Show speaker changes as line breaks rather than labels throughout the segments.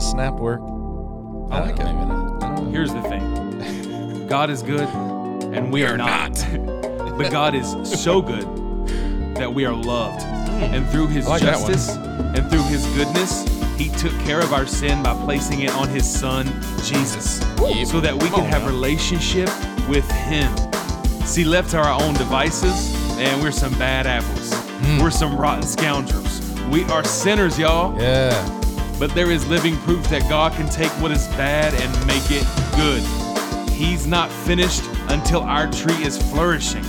snap work.
I like it.
Here's the thing God is good, and we, are not. but God is so good that we are loved. And through his
I like that one.
justice and through his goodness, he took care of our sin by placing it on his son, Jesus,
Yep.
so that we
Come
can
on
have
now.
relationship with him. See, left to our own devices, man, we're some bad apples.
Hmm.
We're some rotten scoundrels. We are sinners, y'all.
Yeah.
But there is living proof that God can take what is bad and make it good. He's not finished until our tree is flourishing.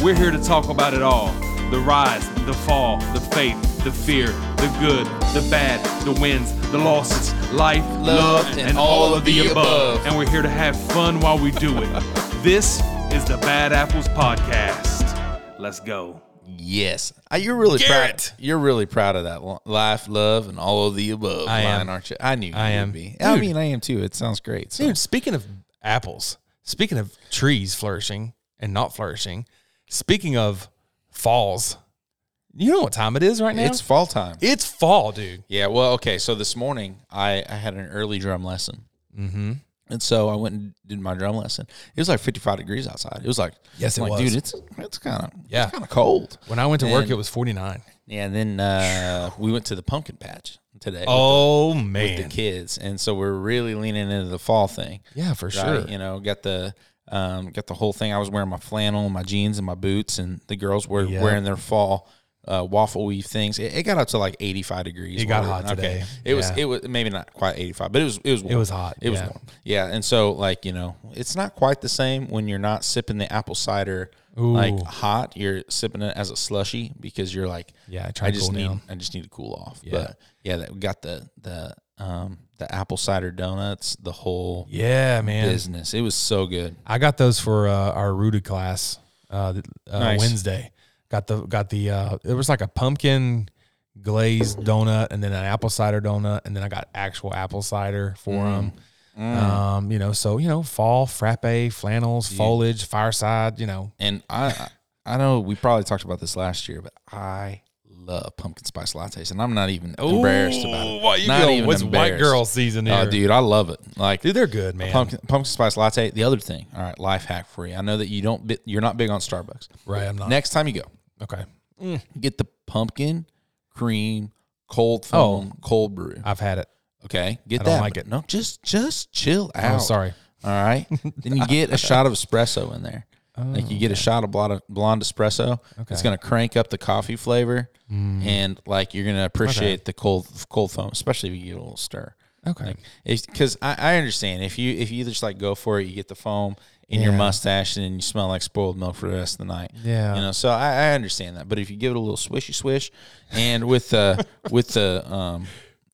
We're here to talk about it all the rise, the fall, the faith, the fear, the good, the bad, the wins, the losses, life, love, and, all of the above. And we're here to have fun while we do it. this is the Bad Apples Podcast. Let's go.
Yes. Uh, you're really
Garrett.
proud. You're really proud of that lo- life, love, and all of the above.
I am.
line, aren't you? I knew.
I
you
am.
Would be. I
Dude.
mean, I am too. It sounds great. So.
Dude, speaking of apples, speaking of trees flourishing and not flourishing, speaking of falls, you know what time it is right now?
it's fall time.
it's fall, dude.
Yeah, well, okay. So this morning I, I had an early drum lesson. Mm-hmm. And so I went and did my drum lesson. It was like 55 degrees outside. It was like,
Yes, it
I'm like,
was.
dude, it's it's kind of
Yeah.
yeah, kind of cold.
When I went to work,
And-
it was 49.
Yeah, and then uh, we went to the pumpkin patch today
Oh,
with the
man.
kids, and so we're really leaning into the fall thing.
Yeah, for
right?
sure.
You know, got the um, got the whole thing. I was wearing my flannel, my jeans, and my boots, and the girls were
Yeah.
wearing their fall uh, waffle weave things. It, it got up to like eighty five degrees.
It got
warm.
hot today.
It was
Yeah.
it was maybe not quite eighty five, but it was it was warm.
was hot,
It was
yeah.
warm. Yeah, and so like you know, it's not quite the same when you're not sipping the apple cider. Like
Ooh.
hot, you're sipping it as a slushy because you're like,
Yeah, I try
I
to
just
cool
need
down.
I just need to cool off.
Yeah.
But yeah, that we got the the um the apple cider donuts, the whole
Yeah, man.
business. It was so good.
I got those for uh, our rooted class uh, th- uh,
Nice.
Wednesday. Got the got the uh, it was like a pumpkin glazed donut and then an apple cider donut and then I got actual apple cider
Mm.
for them. Um, you know, so you know, fall frappe, flannels, foliage, fireside. You know,
And I I I know we probably talked about this last year, but I love pumpkin spice lattes, and I'm not even embarrassed about it. not
what's white
embarrassed.
girl season here,
Oh, dude, I love it. Like
Dude, they're good, man.
pumpkin pumpkin spice latte. The other thing, all right, life hack for you. I know that you don't bi- you're not big on Starbucks.
Right, I'm not.
Next time you go,
okay,
get the pumpkin cream cold foam cold brew.
I've had it.
Okay, get
Oh. don't
that.
like
but
it.
No, just just chill out.
Oh, sorry.
All right. then you get a shot of espresso in there. like you get
Oh,
a shot of blonde, blonde espresso. It's gonna crank up the coffee flavor,
Mm.
and like you're gonna appreciate the cold cold foam, especially if you get a little stir.
Okay.
Because I, I understand if you if you just like go for it, you get the foam in your
Yeah.
mustache and then you smell like spoiled milk for the rest of the night.
Yeah.
you know. So I, I understand that, but if you give it a little swishy swish, and with the with the um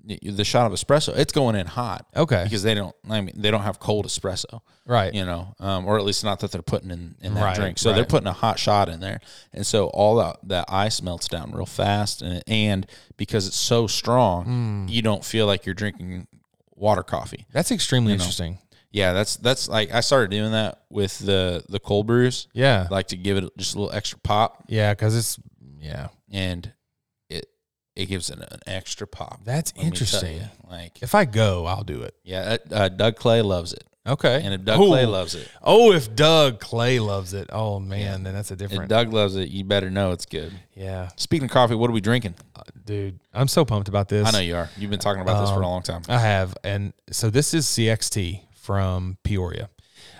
y- the shot of espresso, it's going in hot.
Okay.
because they don't. I mean, they don't have cold espresso
Right.
you know, um, or at least not that they're putting in, in that
Right,
drink. So they're
right.
putting a hot shot in there, and so all that, that ice melts down real fast, and and because it's so
Hmm.
strong, you don't feel like you're drinking water coffee.
That's extremely interesting.
Yeah, that's that's like I started doing that with the the cold brews.
Yeah.
like to give it just a little extra pop,
Yeah, because it's yeah.
and it it gives it an extra pop.
That's
let me tell
interesting.
you. Like,
If I go, I'll do it.
yeah, uh, Doug Clay loves it,
Okay.
and if Doug
Ooh.
Clay loves it.
Oh, if Doug Clay loves it. Oh man, then that's a
If
different.
Doug loves it, you better know it's good.
yeah,
Speaking of coffee, what are we drinking?
dude, I'm so pumped about this. um,
I know you are. You've been talking about this for a long time.
I have, and so this is CXT from Peoria,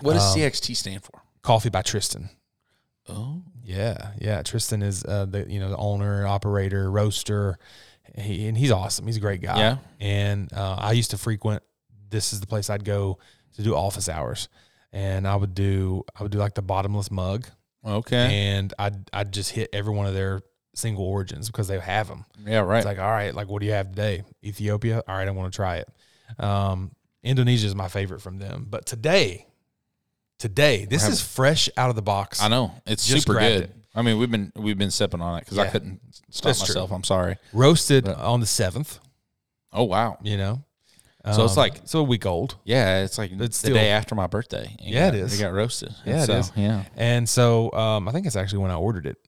What does CXT stand for?
Coffee by Tristan.
Oh,
Yeah, yeah. Tristan is uh, the you know the owner, operator, roaster, he, and he's awesome. He's a great guy.
Yeah.
And uh, I used to frequent. This is the place I'd go to do office hours, and I would do I would do like the bottomless mug.
okay.
and I I just hit every one of their single origins because they have them.
yeah, right.
It's like, all right, like what do you have today? Ethiopia. All right, I want to try it. Um, Indonesia is my favorite from them, but today, today this is fresh out of the box.
I know it's
Just
super
grabbed
good.
it.
I mean, we've been we've been sipping on it because I
Yeah.
couldn't stop
That's true.
myself. I'm sorry.
Roasted
But-
on the seventh.
Oh wow.
You know,
So it's
Um,
like-
so a week old.
Yeah, it's like
It's
the
still-
day after my birthday. It
Yeah, it
got-
is.
It got roasted. And
Yeah, it
so,
is.
Yeah.
And so um, I think it's actually when I ordered it.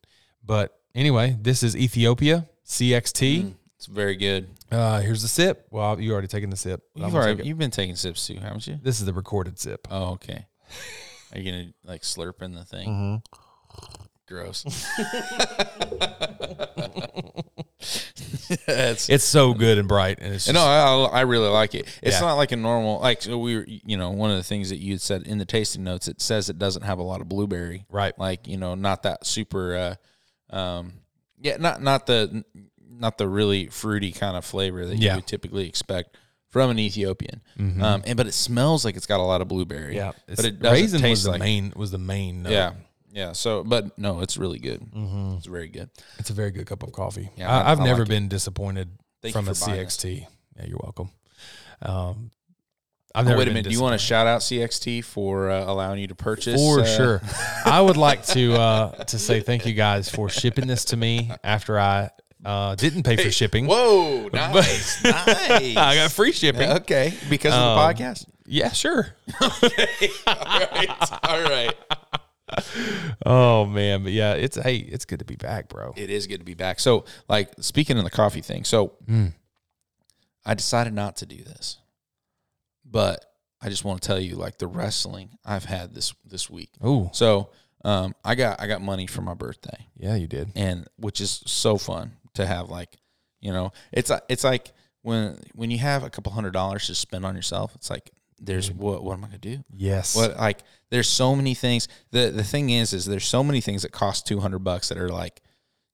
But anyway, this is Ethiopia CXT.
Mm. It's very good.
Uh, here's the sip. Well, you already taken the sip. but I'm
You've,
gonna
already,
take it.
you've been taking sips too, haven't you?
This is the recorded sip.
Oh, okay. Are you gonna like slurp in the thing?
Mm-hmm.
Gross. That's-
It's so good and bright, and it's just,
no, I, I really like it. It's
Yeah.
not like a normal like so we were, you know one of the things that you had said in the tasting notes. It says it doesn't have a lot of blueberry,
Right.
Like you know, not that super. Uh, um, yeah, not not the not the really fruity kind of flavor that
Yeah. Mm-hmm.
you would typically expect from an Ethiopian. Um, and but it smells like it's got a lot of blueberry.
yeah.
but it doesn't
raisin was
taste
the
like
main was the main. note.
yeah, yeah. So, but no, it's really good.
Mm-hmm.
It's very good.
it's a very good cup of coffee.
Yeah,
I,
I-
I've
I
never
like it.
been disappointed
Thank
from
you
a
for buying it.
CXT. Yeah, you're welcome. Um, I've
Oh,
never
wait a
been
minute. Do you want to shout out CXT for uh, allowing you to purchase?
for
uh,
sure. I would like to uh, to say thank you guys for shipping this to me after I uh, didn't pay for shipping.
Whoa! Nice, nice.
I got free shipping. Yeah,
Okay, because
Um,
of the podcast.
sure.
All right, all right.
Oh man, but yeah, it's hey, it's good to be back, bro.
It is good to be back. So, like speaking of the coffee thing, so hmm, I decided not to do this, but I just want to tell you, like the wrestling I've had this this week.
Oh,
So, um, I got I got money for my birthday.
yeah, you did.
and which is so fun to have like you know it's it's like when when you have a couple hundred dollars to spend on yourself it's like there's
Mm-hmm.
what what am i going to do
Yes.
what like there's so many things the the thing is is there's so many things that cost 200 bucks that are like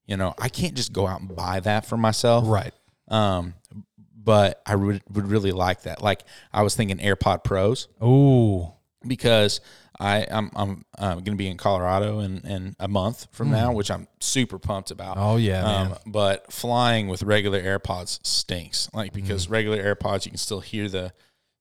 you know i can't just go out and buy that for myself
Right.
um but i would, would really like that like i was thinking airpod pros
Oh,
because I I'm I'm, i going to be in Colorado in, in a month from now, which I'm super pumped about.
Hmm.
Um,
Oh, yeah, man.
but flying with regular AirPods stinks, like because
Mm-hmm.
regular AirPods you can still hear the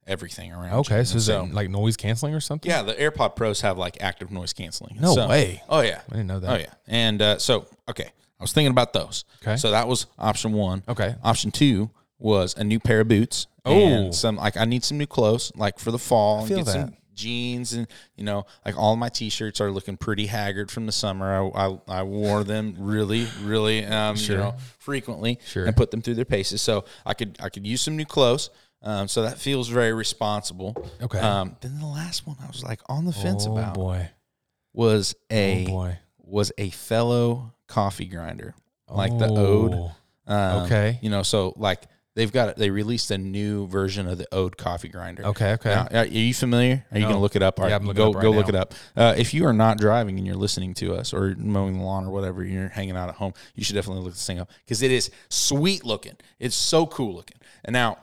everything around. you.
okay.
And
So is it like noise canceling or something?
yeah, the AirPod Pros have like active noise canceling.
No
So-
way.
Oh yeah,
I didn't know that.
Oh yeah, and uh, so okay, I was thinking about those.
Okay.
so that was option one.
Okay.
option two was a new pair of boots.
Oh.
and some like I need some new clothes, like for the fall.
feel
and get
that.
some jeans and you know like all my t-shirts are looking pretty haggard from the summer i i, I wore them really really um you know frequently
Sure.
and put them through their paces so i could i could use some new clothes um, so that feels very responsible
Okay.
um then the last one i was like on the fence
Oh
about
boy.
was a
Oh boy.
was a fellow coffee grinder, like the Ode.
Oh.
Um,
okay.
you know, so like they've got they released a new version of the Ode coffee grinder.
Okay, okay.
Now, uh, are are you familiar? Are you
No.
gonna look it up? All
Yeah,
right,
I'm looking
go
it up right
go look
now.
it up. Uh, if you are not driving and you're listening to us or mowing the lawn or whatever, you're hanging out at home, you should definitely look this thing up because it is sweet looking. It's so cool looking. And now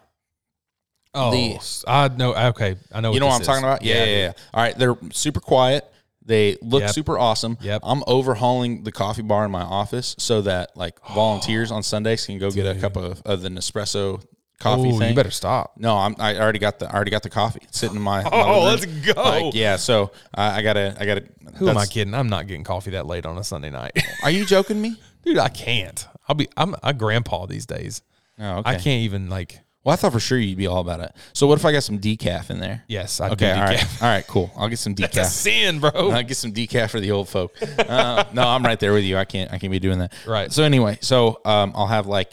Oh,
the-
s- I know. Okay, I know.
you know what I'm
this
talking
is.
about? Yeah, yeah, yeah, All right, they're super quiet. They look
Yep.
super awesome.
Yep.
I'm overhauling the coffee bar in my office so that like volunteers on Sundays can go get a cup of, of the Nespresso coffee
Ooh,
thing.
you better stop.
No, I'm, I already got the I already got the coffee It's sitting in my. my
Oh,
living room.
let's go.
Like, yeah, so I, I gotta I gotta.
Who am I kidding? I'm not getting coffee that late on a Sunday night,
Are you joking me?
dude. I can't. I'll be. I'm a grandpa these days.
Oh, okay.
I can't even like.
Well, I thought for sure you'd be all about it. So what if I got some decaf in there?
Yes, I
Okay.
do
All right.
decaf.
All right. Cool. I'll get some decaf.
It's a sin, bro.
I get some decaf for the old folk. Uh, no, I'm right there with you. I can't. I can't be doing that.
Right.
So anyway, so um, I'll have like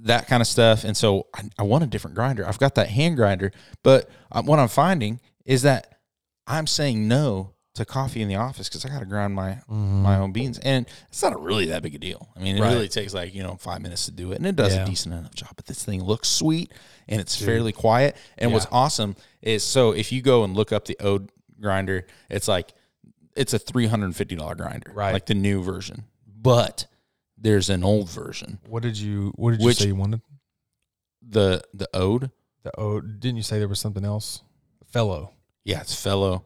that kind of stuff, and so I, I want a different grinder. I've got that hand grinder, but um, what I'm finding is that I'm saying no to coffee in the office because I got to grind my my own beans, and it's not really that big a deal. I mean, it
Mm-hmm. Right.
really takes like you know five minutes to do it, and it does
Yeah.
a decent enough job. But this thing looks sweet, and it's fairly quiet. And what's awesome is so if you go and look up the Ode grinder, it's like it's a three hundred and fifty dollar grinder,
Right.
Like the new version, but there's an old version.
What did you? What did you
Which-
say you wanted?
The the Ode,
The oh, didn't you say there was something else? Fellow.
yeah, it's fellow,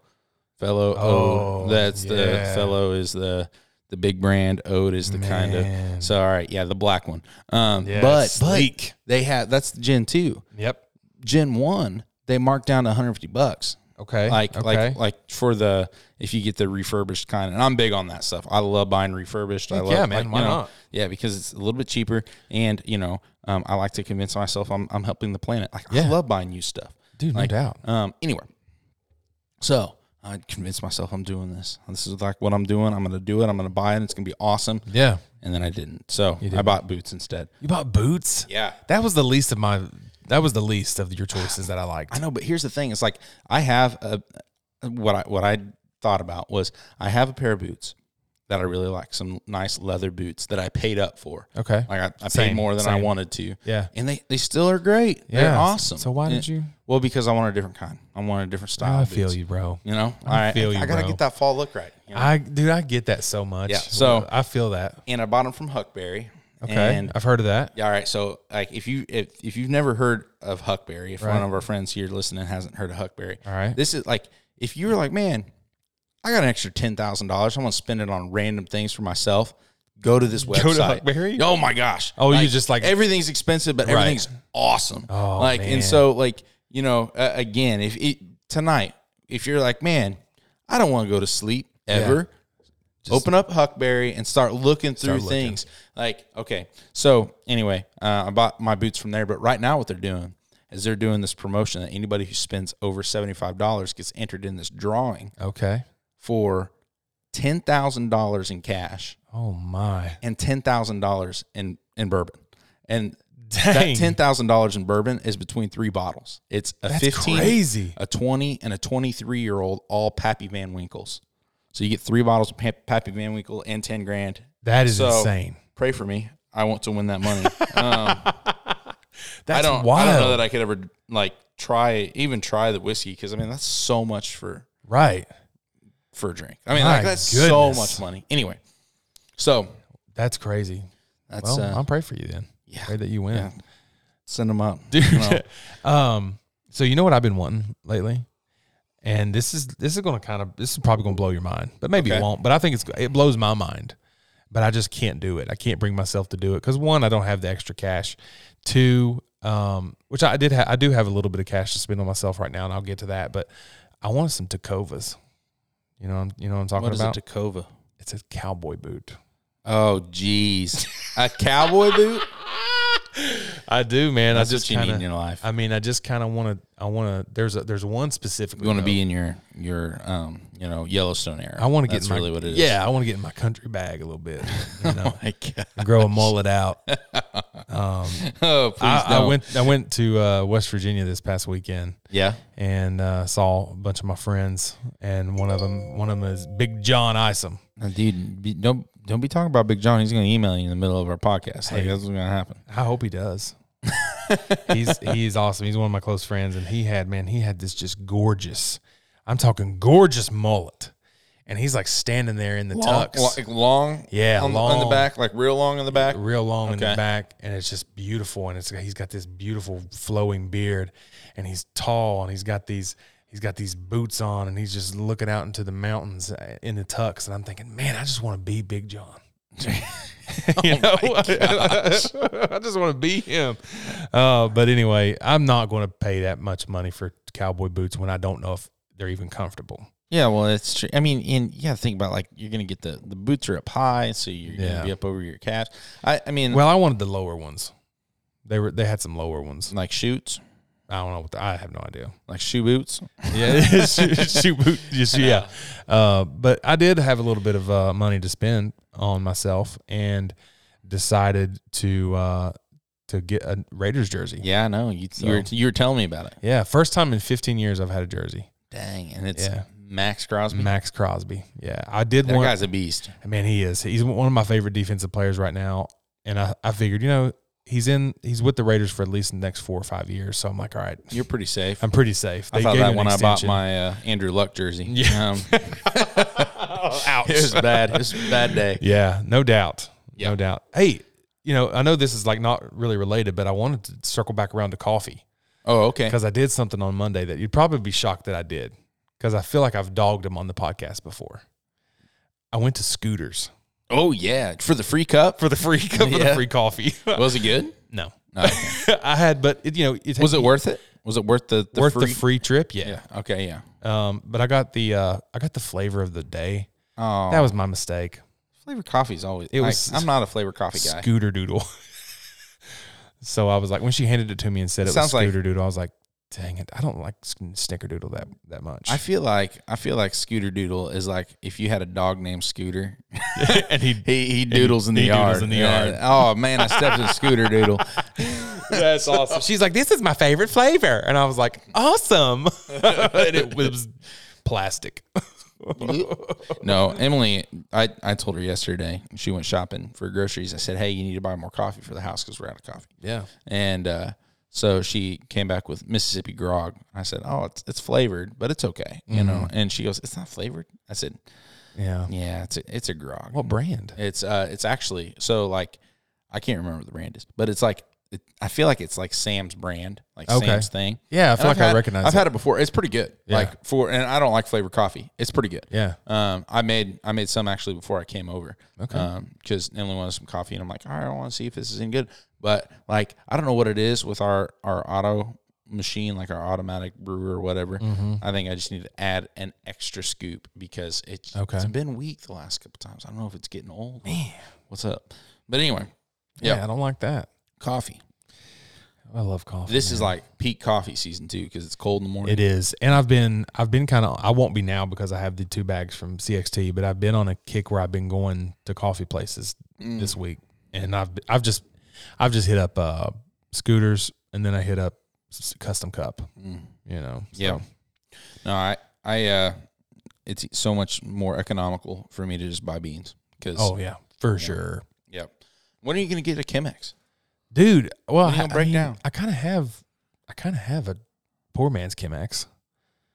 fellow
Oh,
Ode. That's
yeah.
the fellow is the the big brand. Ode is the kind
Man.
of so all right, yeah, the black one. Um,
Yeah,
but
it's
but
sleek.
they have that's the Gen two,
Yep.
Gen one. They marked down to one hundred fifty bucks.
Okay.
like
okay.
like like for the if you get the refurbished kind and I'm big on that stuff. I love buying refurbished. I
Heck
love
yeah, man.
like,
Why
you know,
not?
Yeah, because it's a little bit cheaper and you know, um, I like to convince myself I'm I'm helping the planet. Like
Yeah.
I love buying new stuff.
dude, no
like,
doubt.
Um anyway. So I convinced myself I'm doing this. This is like what I'm doing. I'm gonna do it. I'm gonna buy it. It's gonna be awesome.
Yeah.
And then I didn't. So I bought boots instead.
You bought boots?
Yeah.
That was the least of my that was the least of your choices that I liked.
I know, but here's the thing. It's like I have a what I what I thought about was I have a pair of boots that I really like, some nice leather boots that I paid up for.
Okay.
Like I, I paid
Same,
more than I
same.
wanted to.
Yeah.
And they, they still are great. They're
Yeah.
awesome.
So why did
And-
you-
Well, because I want a different kind. I want a different style.
I
of
feel
boots.
you, bro.
You know,
I feel you,
I gotta
bro.
get that fall look right. you know?
I dude, I get that so much.
Yeah, so-
I feel that.
and I bought them from Huckberry.
Okay.
And
I've heard of that.
Yeah, all right. So, like, if you if, if you've never heard of Huckberry, if one
Right.
of our friends here listening hasn't heard of Huckberry,
All right.
this is like if you were like, man, I got an extra ten thousand dollars, I want to spend it on random things for myself. Go to this website.
to Huckberry?
Oh my gosh.
Oh, you just, like-
everything's expensive, but everything's awesome.
Oh,
like
man.
and so like you know uh, again if it, tonight if you're like man, I don't want to go to sleep ever open up Huckberry and start looking through things. Like, okay, so anyway, uh, I bought my boots from there, but right now what they're doing is they're doing this promotion that anybody who spends over seventy five dollars gets entered in this drawing
Okay.
for ten thousand dollars in cash
Oh my.
and ten thousand dollars in in bourbon and.
Dang.
That ten thousand dollars in bourbon is between three bottles. It's a
That's
fifteen,
crazy.
a twenty, and a twenty-three year old, all Pappy Van Winkles. So you get three bottles of Pap- Pappy Van Winkle and ten grand.
That is
So-
insane.
Pray for me. I want to win that money. Um,
That's
I don't.
wild.
I don't know that I could ever like try even try the whiskey because I mean that's so much for
right.
for a drink. I mean
My
like, that's so
goodness.
much money. Anyway, so
That's crazy.
that's
Well,
uh,
I'll pray for you then.
Yeah.
Pray that you win.
yeah. Send them up,
dude.
You know,
um, so you know what I've been wanting lately, and this is this is going to kind of this is probably going to blow your mind, but maybe
Okay.
it won't. But I think it's it blows my mind, but I just can't do it. I can't bring myself to do it because one, I don't have the extra cash. Two, um, which I did ha- I do have a little bit of cash to spend on myself right now, and I'll get to that. But I want some Tacovas. You know, what I'm, you know what I'm talking
what is a
about.
Tacova?
it's a cowboy boot.
Oh, jeez, a cowboy boot.
I do, man.
That's
I just
what you
kinda,
need in your life.
I mean, I just kind of want to. I want to. There's a there's one specifically.
You want to
though.
be in your your um you know Yellowstone area.
I want to get
That's
in my,
really what it is. Oh
Yeah, I want to get in my country bag a little bit. You know,
My God.
grow a mullet out.
Oh, please
I, I
don't.
went. I went to uh, West Virginia this past weekend
Yeah.
and uh, saw a bunch of my friends, and one of them, one of them is Big John Isom.
Uh, Dude, be, don't don't be talking about Big John. He's going to email you in the middle of our podcast. Like that's what's going to happen.
I hope he does. he's he's awesome. He's one of my close friends, and he had man, he had this just gorgeous. I'm talking gorgeous mullet, and he's like standing there in the tux.
like long,
Yeah,
on, the- on the
long.
back, like real long on the back.
real long in the
Okay.
back, and it's just beautiful. And it's he's got this beautiful flowing beard, and he's tall, and he's got these he's got these boots on, and he's just looking out into the mountains uh, in the tux. And I'm thinking, man, I just want to be Big John. you know, I just want to be him. Uh, but anyway, I'm not going to pay that much money for cowboy boots when I don't know if they're even comfortable.
Yeah, well, it's true. I mean, and you got to think about like you're going to get the the boots are up high, so you're going
Yeah.
to be up over your calves. I I mean,
Well, I wanted the lower ones. They were they had some lower ones.
like shoots,
I don't know. What the, I have no idea.
like shoe boots.
Yeah, shoot, shoot boot, just yeah. Uh, but I did have a little bit of uh, money to spend on myself, and decided to uh, to get a Raiders jersey.
Yeah, I know. You you, were, you were telling me about it.
Yeah, first time in 15 years I've had a jersey.
Dang, and it's
Yeah.
Max Crosby.
Max Crosby. Yeah, I did
Mm-hmm. that
want.
guy's a beast.
Man, he is. He's one of my favorite defensive players right now. And I, I figured, you know, he's in. He's with the Raiders for at least the next four or five years. So I'm like, all right,
You're pretty safe.
I'm pretty safe.
I
They
thought
gave
that
him
when
an
I bought
extension.
my uh, Andrew Luck jersey.
Yeah.
Um, It was bad. It was a bad day.
Yeah, no doubt.
Yeah.
No doubt. Hey, you know, I know this is like not really related, but I wanted to circle back around to coffee
Oh, okay.
because I did something on Monday that you'd probably be shocked that I did because I feel like I've dogged him on the podcast before. I went to Scooters
Oh yeah, for the free cup.
for the free for the
Yeah.
free coffee.
was it good?
no,
No, okay.
I had, but it, you know, it
was it worth it? Was it worth the, the
worth
free?
the free trip? Yeah.
Yeah. Okay. Yeah.
Um, but I got the uh, I got the flavor of the day.
Oh,
That was my mistake.
flavor coffee is always.
It
like,
was-
I'm not a flavor coffee guy.
Scooter Doodle. so I was like, when she handed it to me and said it, was
sounds like-
Scooter Doodle, I was like, Dang it, I don't like sn- snickerdoodle that that much.
I feel like I feel like Scooter Doodle is like if you had a dog named Scooter,
and he
he he doodles in the
he
yard.
doodles in the
Yeah.
yard.
Oh man, I stepped in Scooter Doodle.
That's awesome. She's like, this is my favorite flavor. And I was like, awesome. and it was plastic.
No, Emily, I, I told her yesterday she went shopping for groceries. I said, hey, you need to buy more coffee for the house because we're out of coffee.
Yeah.
And uh, so she came back with Mississippi grog. I said, oh, it's it's flavored, but it's okay, you know.
Mm-hmm.
And she goes, it's not flavored. I said,
Yeah.
yeah, it's a, it's a grog.
What brand?
It's uh, it's actually so like, I can't remember what the brand is, but it's like it, I feel like it's like Sam's brand, like
Okay.
Sam's thing.
Yeah, I
And
feel like
I've
I
had-
recognize
I've
it.
had it before. It's pretty good.
Yeah.
Like for and I don't like flavored coffee. It's pretty good.
Yeah.
Um, I made I made some actually before I came over. Okay. Um, because Emily wanted some coffee, and I'm like, all right, I want to see if this is any good. But like, I don't know what it is with our our auto machine, like our automatic brewer or whatever.
Mm-hmm.
I think I just need to add an extra scoop because it's
Okay.
it's been weak the last couple times. I don't know if it's getting old. Man, what's up? But anyway,
Yeah.
Yeah.
I don't like that.
coffee.
I love coffee.
This is like peak coffee season too because it's cold in the morning.
it is. And I've been I've been kind of I won't be now because I have the two bags from CXT, but I've been on a kick where I've been going to coffee places
Mm.
this week. And I've I've just I've just hit up uh scooters and then I hit up s- custom cup. You know.
Mm. Yeah. No, I, I, uh, it's so much more economical for me to just buy beans because,
Oh yeah, for sure.
yeah. When are you going to get a Chemex?
dude. Well,
When you
I,
gonna break
I mean,
down?
I kind of have, I kind of have a poor man's Chemex.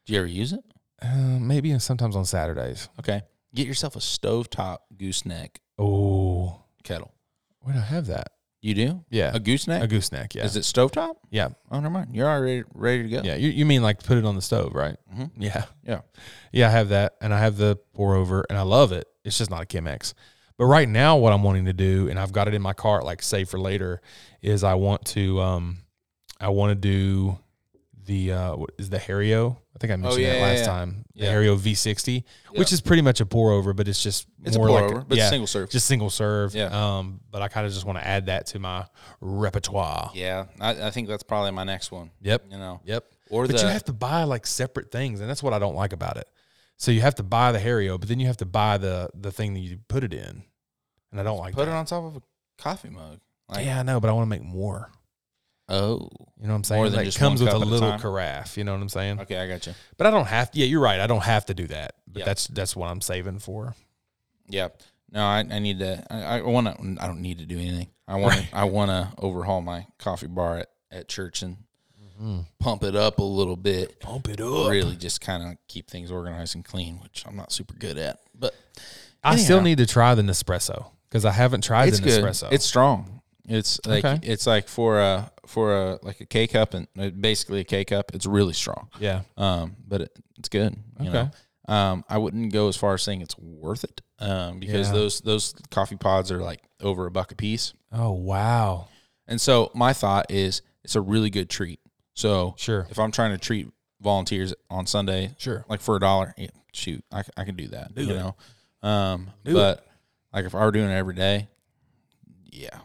Do you ever use it?
Uh, maybe sometimes on Saturdays.
Okay. Get yourself a stovetop gooseneck
Oh,
kettle.
where do I have that?
You do?
Yeah,
A gooseneck?
a gooseneck. Yeah,
Is it stovetop?
yeah,
Oh, never mind. You're already ready to go.
yeah. You, you mean like put it on the stove, right?
Mhm.
Yeah,
Yeah.
yeah. I have that, and I have the pour over, and I love it. It's just not a Chemex. But right now, what I'm wanting to do, and I've got it in my cart, like save for later, is I want to, um, I want to do the uh, what is the Hario? I think I mentioned
Oh, yeah,
that
yeah,
last
yeah.
time. The
Yeah.
Hario V60, which
Yeah.
is pretty much a pour over, but it's just
It's a
more
pour
like
over, but it's single serve.
just single serve.
Yeah.
Um, but I kind of just want to add that to my repertoire.
Yeah. I, I think that's probably my next one.
Yep.
You know,
Yep.
Or
but you
the-
have to buy like separate things, and that's what I don't like about it. So you have to buy the Hario, but then you have to buy the the thing that you put it in, and I don't like
put
that.
it on top of a coffee mug. Like,
yeah, I know, but I want to make more.
Oh.
You know what I'm saying?
More than
Like,
just
comes
one
with
cup
a
at a
little
time.
carafe. You know what I'm saying?
Okay. I got you.
But I don't have to. Yeah, you're right. I don't have to do that. But
Yeah.
that's that's what I'm saving for.
Yeah. No, I, I need to. I, I want to. I don't need to do anything. I want. to I want to overhaul my coffee bar at, at church and pump it up a little bit.
Mm-hmm. Pump it up.
Really, just kind of keep things organized and clean, which I'm not super good at. But
I still
Anyhow.
need to try the Nespresso because I haven't tried
it's
the
good.
Nespresso.
It's strong. It's like
Okay.
it's like for a for a like a K cup and uh, basically a K cup. It's really strong.
yeah.
Um, but it, it's good. You
Okay.
Know? Um, I wouldn't go as far as saying it's worth it. Um, because
Yeah.
those those coffee pods are like over a buck a piece.
Oh wow.
And so my thought is it's a really good treat. So
Sure.
if I'm trying to treat volunteers on Sunday,
Sure.
like for a dollar, yeah, shoot, I, I can do that. you
it.
know, um, but like if I were doing it every day, yeah,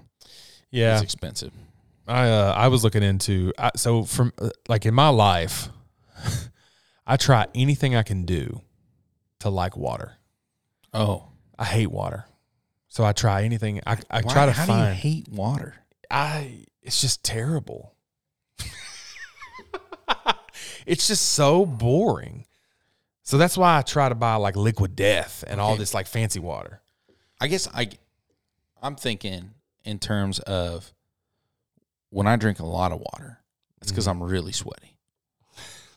Yeah.
it's expensive.
I uh, I was looking into I, so from uh, like in my life, I try anything I can do to like water.
Oh,
I hate water, so I try anything. I I try to
how
find.
do you hate water?
I it's just terrible. it's just so boring. So that's why I try to buy like liquid death and all
Okay.
this like fancy water.
I guess I, I'm thinking in terms of when I drink a lot of water, it's because
Mm-hmm.
I'm really sweaty.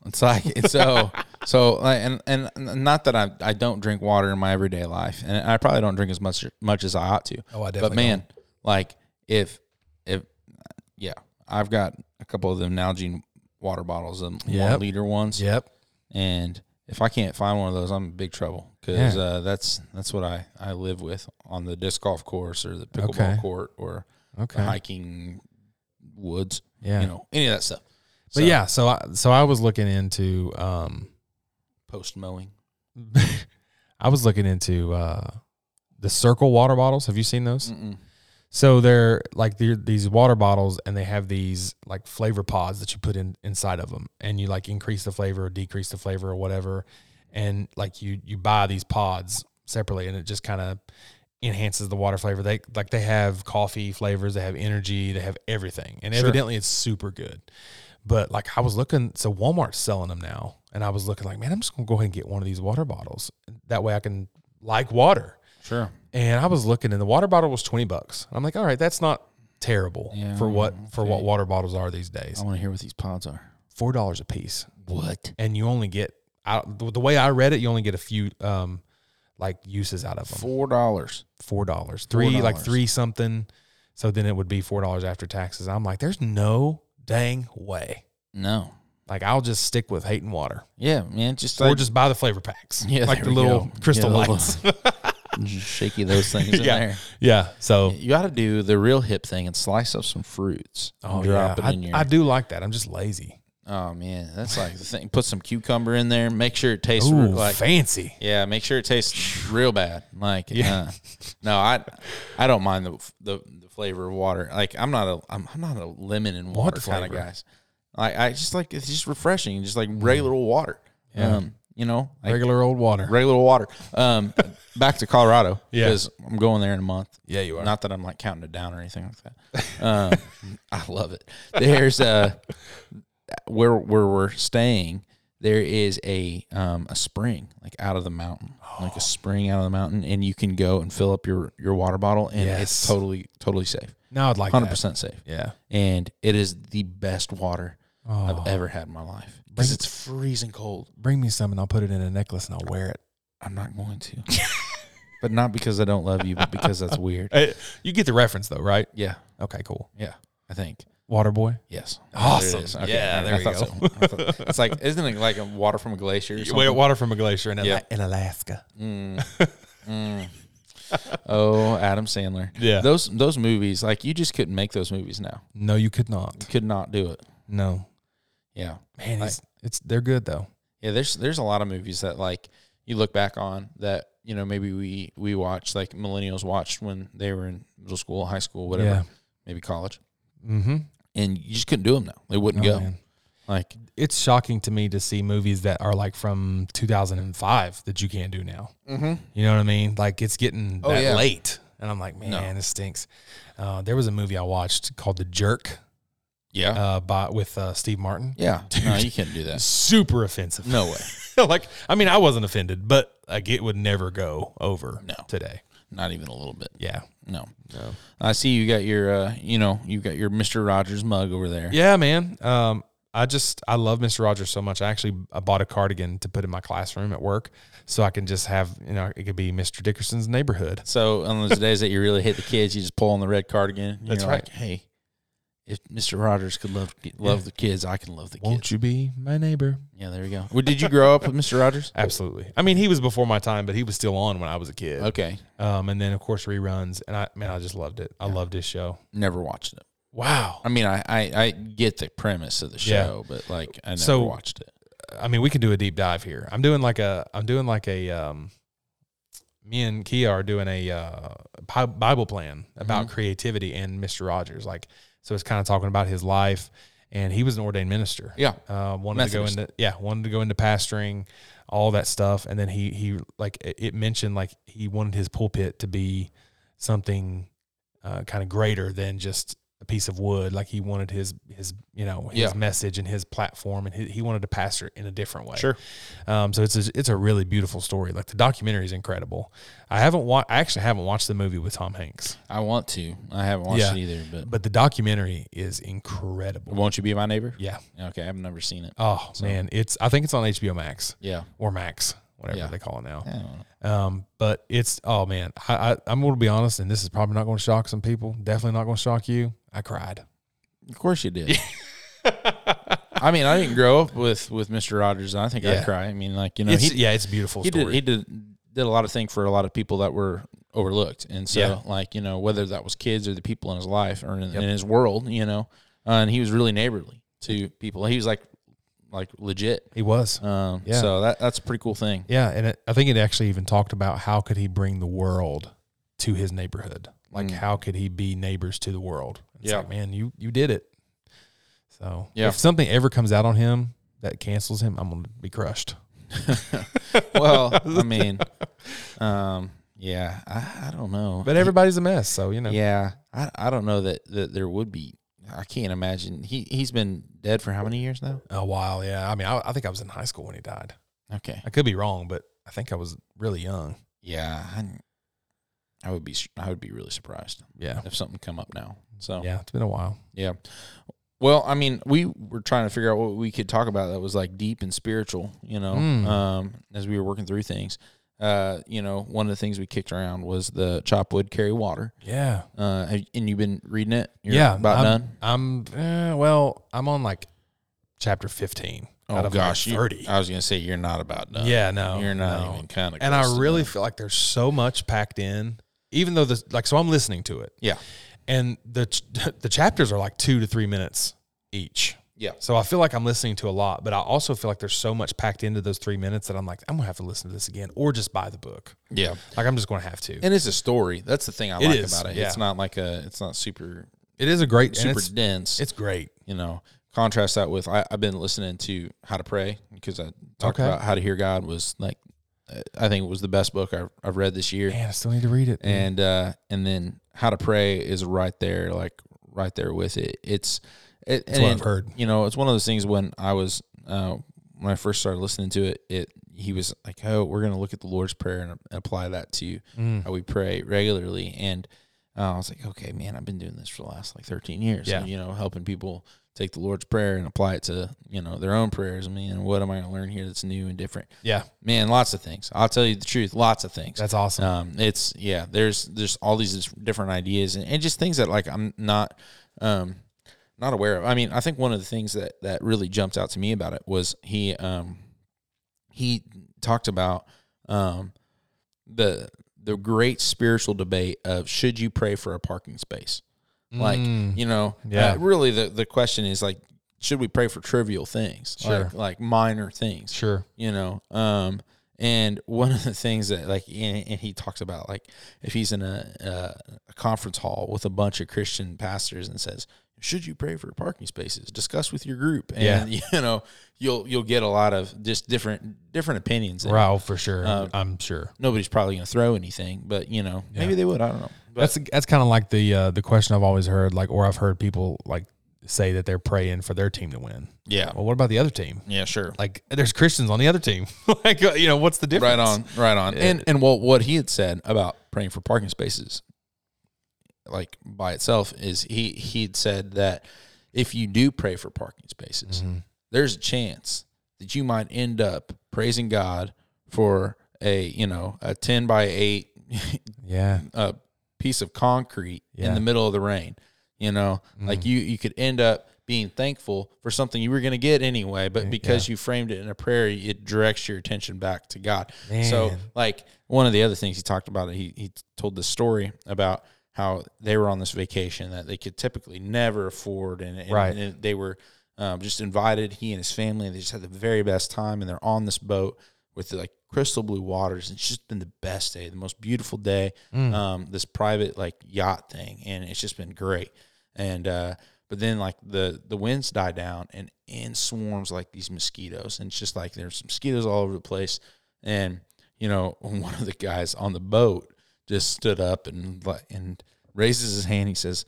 It's like it's so so like, and and and not that I I don't drink water in my everyday life, and I probably don't drink as much much as I ought to.
Oh, I
But
definitely
man, like if if yeah, I've got a couple of them Nalgene water bottles, them
Yep.
one liter ones,
Yep.
and if I can't find one of those, I'm in big trouble because uh, that's that's what I, I live with on the disc golf course or the pickleball
Okay.
court or
Okay.
hiking woods,
Yeah.
you know, any of that stuff.
But
So,
yeah, so I so I was looking into um
post mowing.
I was looking into uh the circle water bottles. Have you seen those? So they're like they're, these water bottles, and they have these like flavor pods that you put in inside of them, and you like increase the flavor or decrease the flavor or whatever, and like you you buy these pods separately, and it just kind of enhances the water flavor. They like they have coffee flavors, they have energy, they have everything, and
Sure.
evidently it's super good. But like I was looking, so Walmart's selling them now, and I was looking like, man, I'm just gonna go ahead and get one of these water bottles. That way I can like water.
Sure.
And I was looking, and the water bottle was twenty bucks. I'm like, all right, that's not terrible
Yeah,
for what for what
okay.
water bottles are these days.
I want to hear what these pods are.
Four dollars a piece,
What?
and you only get out the the way I read it, you only get a few um like uses out of them.
Four dollars.
four dollars, three like
$4.
three something. So then it would be four dollars after taxes. I'm like, there's no dang way.
No.
Like I'll just stick with hating water,
Yeah, man. Just
or
like
just buy the flavor packs,
Yeah,
like
there
the
we
little
go.
crystal
Yeah, the
lights.
just shaky those things in
Yeah.
there.
yeah. So
You got to do the real hip thing and slice up some fruits. and
oh yeah,
drop it
I,
in your.
I do like that. I'm just lazy.
oh man, that's like the thing. Put some cucumber in there. Make sure it tastes
Ooh,
real- like.
fancy.
yeah, make sure it tastes real bad. Like,
Yeah.
uh, no, I, I don't mind the, the the flavor of water. Like, I'm not a I'm, I'm not a lemon and water,
Water
kind of
flavor. Mm.
guys. Like, I just like it's just refreshing, just like regular old water.
Yeah.
Um, you know, like
Regular old water.
regular water. Um, back to Colorado
Yeah.
because I'm going there in a month.
yeah, you are.
Not that I'm like counting it down or anything like that. Um, I love it. There's uh where where we're staying. There is a um, a spring like out of the mountain, like
Oh.
a spring out of the mountain, and you can go and fill up your your water bottle, and
Yes.
it's totally totally safe,
now I'd like
hundred
100%.
percent safe,
Yeah.
and it is the best water
Oh,
I've ever had in my life because it's freezing cold.
bring me some and I'll put it in a necklace and I'll wear it.
I'm not going to, but not because I don't love you, but because that's weird.
Eh, You get the reference though, right?
Yeah,
Okay, cool.
yeah, I think.
Water boy.
Yes.
Oh, Awesome.
There it is.
Yeah,
I-
there
I
we
thought
go.
so. I thought- it's like, isn't it like a water from a glacier? Or something?
water from a glacier in, Ala-
Yeah.
in Alaska.
Mm. Oh, Adam Sandler.
Yeah.
Those those movies, like you just couldn't make those movies now.
No, you could not.
Could not do it.
No,
Yeah.
man,
Like-
it's, it's they're good though.
Yeah. There's there's a lot of movies that like you look back on that you know maybe we we watched like millennials watched when they were in middle school, high school, whatever,
Yeah.
maybe college,
Mm-hmm. Oh,
and you just couldn't do them now. They wouldn't go. Like
It's shocking to me to see movies that are like from 2005 that you can't do now. You know what I mean? Like it's getting
Oh,
that
yeah.
late, and I'm like, man, this stinks. Uh, there was a movie I watched called The Jerk
yeah,
uh, by with uh, Steve Martin.
yeah. No, you can't do that.
Super offensive.
No way.
like I mean, I wasn't offended, but like it would never go over
No.
today.
Not even a little bit.
Yeah.
No. No. I see you got your uh you know, you got your Mr. Rogers mug over there.
Yeah, man. Um, I just I love Mr. Rogers so much. I actually I bought a cardigan to put in my classroom at work, so I can just have you know it could be Mr. Dickerson's neighborhood.
So on those days that you really hate the kids, you just pull on the red cardigan. and
That's
you're
right.
Like, hey, if Mr. Rogers could love love the kids, I can love the kids.
Won't you be my neighbor?
Yeah, there you go. Well, did you grow up with Mr. Rogers?
Absolutely. I mean, he was before my time, but he was still on when I was a kid.
Okay.
Um, and then of course reruns, and I man, I just loved it. I loved his show.
Never watched it.
Wow.
I mean, I, I, I get the premise of the
Yeah.
show, but like I never
So-
watched it.
I mean, we can do a deep dive here. I'm doing like a, I'm doing like a, um, me and Kia are doing a uh, Bi- Bible plan about creativity and Mr. Rogers. Like, so it's kind of talking about his life, and he was an ordained minister.
Yeah.
uh, wanted
Methodist.
to go into yeah, wanted to go into pastoring, all that stuff, and then he he like it- it mentioned like he wanted his pulpit to be something uh, kind of greater than just a piece of wood. Like he wanted his his you know his
Yeah.
message and his platform, and he, he wanted to pastor it in a different way. Um, so it's a, it's a really beautiful story. Like the documentary is incredible. I haven't wa- I actually haven't watched the movie with Tom Hanks,
I want to. I haven't watched
Yeah.
it either, but,
but the documentary is incredible.
won't you be my neighbor?
Yeah.
Okay, I've never seen it.
Oh man, it's I think it's on HBO Max
Yeah.
or Max, whatever
Yeah.
they call it now.
I don't know.
Um, but it's oh man, I, I I'm going to be honest, and this is probably not going to shock some people. Definitely not going to shock you. I cried.
Of course you did. I mean, I didn't grow up with with Mr. Rogers, and I think
Yeah.
I'd cry. I mean, like you know,
It's,
he,
yeah, it's a beautiful
he
story.
did he did did a lot of things for a lot of people that were overlooked, and so
Yeah.
like you know, whether that was kids or the people in his life or in, in his world, you know, uh, and he was really neighborly to people. He was like like legit.
He was.
Um,
Yeah.
So that that's a pretty cool thing.
Yeah, and it, I think it actually even talked about how could he bring the world to his neighborhood. Like,
Mm.
how could he be neighbors to the world? It's
Yeah.
like, man, you you did it. So,
Yeah.
if something ever comes out on him that cancels him, I'm gonna be crushed.
well, I mean, um, yeah, I, I don't know.
But everybody's a mess, so you know.
yeah, I, I don't know that, that there would be. I can't imagine. He he's been dead for how many years now?
A while, yeah. I mean, I, I think I was in high school when he died.
Okay.
I could be wrong, but I think I was really young.
Yeah, I, I would be s- I would be really surprised
Yeah,
if something come up now. So
yeah. It's been a while.
yeah. Well, I mean, we were trying to figure out what we could talk about that was like deep and spiritual, you know,
Mm.
um, as we were working through things. Uh, you know, one of the things we kicked around was the chop wood, carry water.
Yeah,
Uh, have- and you've been reading it? You're
yeah.
About
I'm,
done?
I'm eh, well. I'm on like chapter 15. out
Oh,
of like,
gosh. you-
30.
I was going to say, you're not about done.
yeah, no,
You're not
no.
even kind of.
and I really feel like there's so much packed in, even though this like so I'm listening to it,
Yeah.
and the ch- the chapters are like two to three minutes each.
Yeah.
So I feel like I'm listening to a lot, but I also feel like there's so much packed into those three minutes that I'm like, I'm gonna have to listen to this again, or just buy the book.
Yeah.
Like I'm just gonna have to.
And it's a story. That's the thing I
It
like
is,
about it.
yeah.
It's not like a, it's not super,
It is a great, and
super
it's,
dense.
it's great.
you know contrast that with I, i've been listening to how to pray because i talked
Okay.
about how to hear god was like uh, i think it was the best book i've, I've read this year
Man, I still need to read it. dude.
and uh and then how to pray is right there like right there with it it's it,
That's what I've heard.
you know it's one of those things when i was uh when i first started listening to it it he was like oh we're gonna look at the lord's prayer and, and apply that to
Mm.
how we pray regularly and uh, i was like okay man i've been doing this for the last like 13 years
Yeah.
So, you know helping people take the lord's prayer and apply it to you know their own prayers i mean what am i gonna learn here that's new and different
yeah,
man lots of things i'll tell you the truth lots of things
that's awesome.
um, it's yeah. There's there's all these dis- different ideas and, and just things that like I'm not um, not aware of. I mean, I think one of the things that that really jumped out to me about it was he um, he talked about um, the the great spiritual debate of should you pray for a parking space? Like
Mm.
you know,
Yeah.
uh, really the the question is like should we pray for trivial things
Sure.
like like minor things?
sure.
you know um and one of the things that like and, and he talks about like if he's in a, a, a conference hall with a bunch of christian pastors and says should you pray for parking spaces discuss with your group and you know you'll you'll get a lot of just different different opinions there.
Wow, for sure. I'm sure.
nobody's probably going to throw anything but you know maybe they would i don't know but
that's that's kind of like the uh, the question I've always heard, like, or I've heard people like say that they're praying for their team to win.
yeah
Well, what about the other team?
yeah sure
Like, there's Christians on the other team. like, uh, you know, what's the difference?
Right on, right on. And and what what he had said about praying for parking spaces, like by itself, is he he'd said that if you do pray for parking spaces, there's a chance that you might end up praising God for a you know a ten by eight
Yeah,
a piece of concrete
Yeah. Mm-hmm.
in the middle of the rain. You know, like you you could end up being thankful for something you were going to get anyway, but because you framed it in a prayer, it directs your attention back to God. So,
Man.
like one of the other things he talked about, he he told this story about how they were on this vacation that they could typically never afford, and, and-
Right.
and they were um, just invited. He and his family, they just had the very best time, and they're on this boat with like crystal blue waters. and It's just been the best day, the most beautiful day. Um, this private like yacht thing, and it's just been great. And uh, but then like the the winds die down, and in swarms like these mosquitoes, and it's just like there's mosquitoes all over the place. And you know, one of the guys on the boat just stood up and like and raises his hand. He says.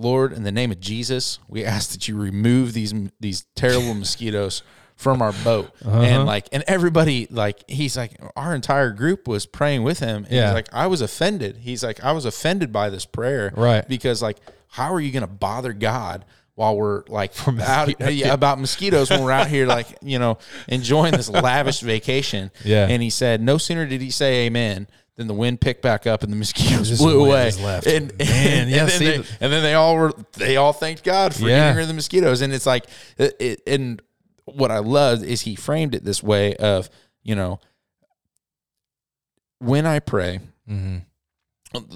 Lord, in the name of Jesus, we ask that you remove these these terrible mosquitoes from our boat.
Uh-huh.
And like, and everybody like, he's like, our entire group was praying with him. And
Yeah.
he's like, I was offended. He's like, I was offended by this prayer,
Right.
Because like, how are you going to bother God? While we're like out, yeah, about mosquitoes, when we're out here, like you know, enjoying this lavish vacation,
Yeah.
And he said, no sooner did he say "Amen" than the wind picked back up and the mosquitoes
Just
blew
went-
away.
just left.
And, and,
Man, yeah,
and then
see,
they,
the-
and then they all were they all thanked God for
Yeah.
getting rid of the mosquitoes. And it's like it, it- and what I loved is he framed it this way of, you know, when I pray,
Mm-hmm.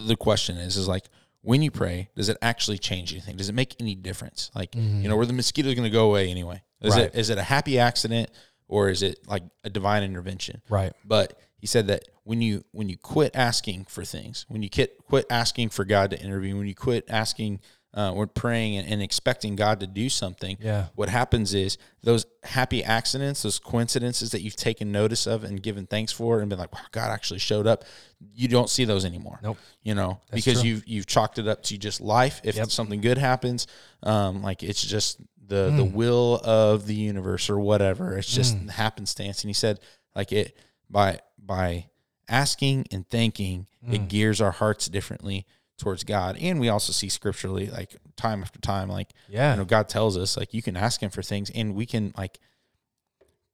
the question is is like when you pray, does it actually change anything? Does it make any difference? Like, you know, were the mosquitoes going to go away anyway? Is
Mm-hmm. Right.
it is it a happy accident or is it like a divine intervention?
right.
But He said that when you when you quit asking for things, when you quit quit asking for God to intervene, when you quit asking uh, or praying and, and expecting God to do something,
Yeah.
what happens is those happy accidents, those coincidences that you've taken notice of and given thanks for, and been like, "Wow, God actually showed up." You don't see those anymore.
Nope.
You know, because
true.
you've you've chalked it up to just life. If
Yep.
something good happens, um, like it's just the the
Hmm.
will of the universe or whatever. It's just happenstance. And he said, like it by by asking and thanking,
Hmm.
it gears our hearts differently towards God. And we also see scripturally, like time after time, like
Yeah.
you know, God tells us like you can ask Him for things, and we can like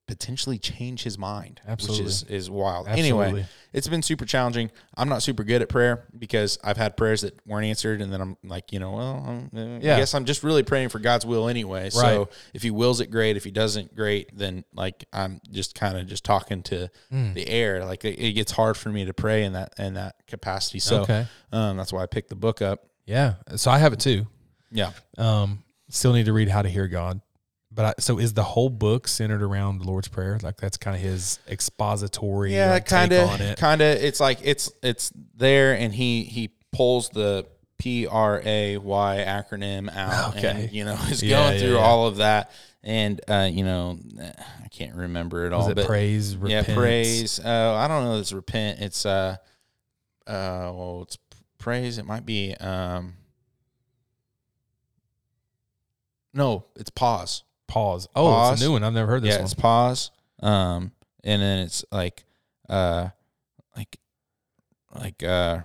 potentially change His mind,
Absolutely.
which is is wild.
Absolutely.
Anyway, it's been super challenging. I'm not super good at prayer because I've had prayers that weren't answered, and then I'm like, you know, well, um, uh, i
Yeah.
I guess I'm just really praying for God's will anyway.
Right.
So if He wills it, great. If He doesn't, great. Then like I'm just kind of just talking to
Mm.
the air. Like it, it gets hard for me to pray in that in that capacity. So
Okay.
um, that's why I picked the book up.
Yeah. So I have it too.
Yeah.
Um, still need to read How to Hear God. But I, so is the whole book centered around the Lord's Prayer? Like that's kind of his expository
yeah
like, take
kind
on
of
it.
kind of it's like it's it's there and he he pulls the p-r-a-y acronym out
Okay.
and, you know is
Yeah,
going
yeah,
through
yeah.
all of that and uh you know i can't remember it all
Is it
but
praise, repentance?
yeah praise uh i don't know if it's repent it's uh uh well it's praise it might be um no it's pause
Pause. Oh, it's
Pause.
a new one. I've never heard this
yeah,
one.
it's pause. Um, and then it's like, uh, like, like, uh,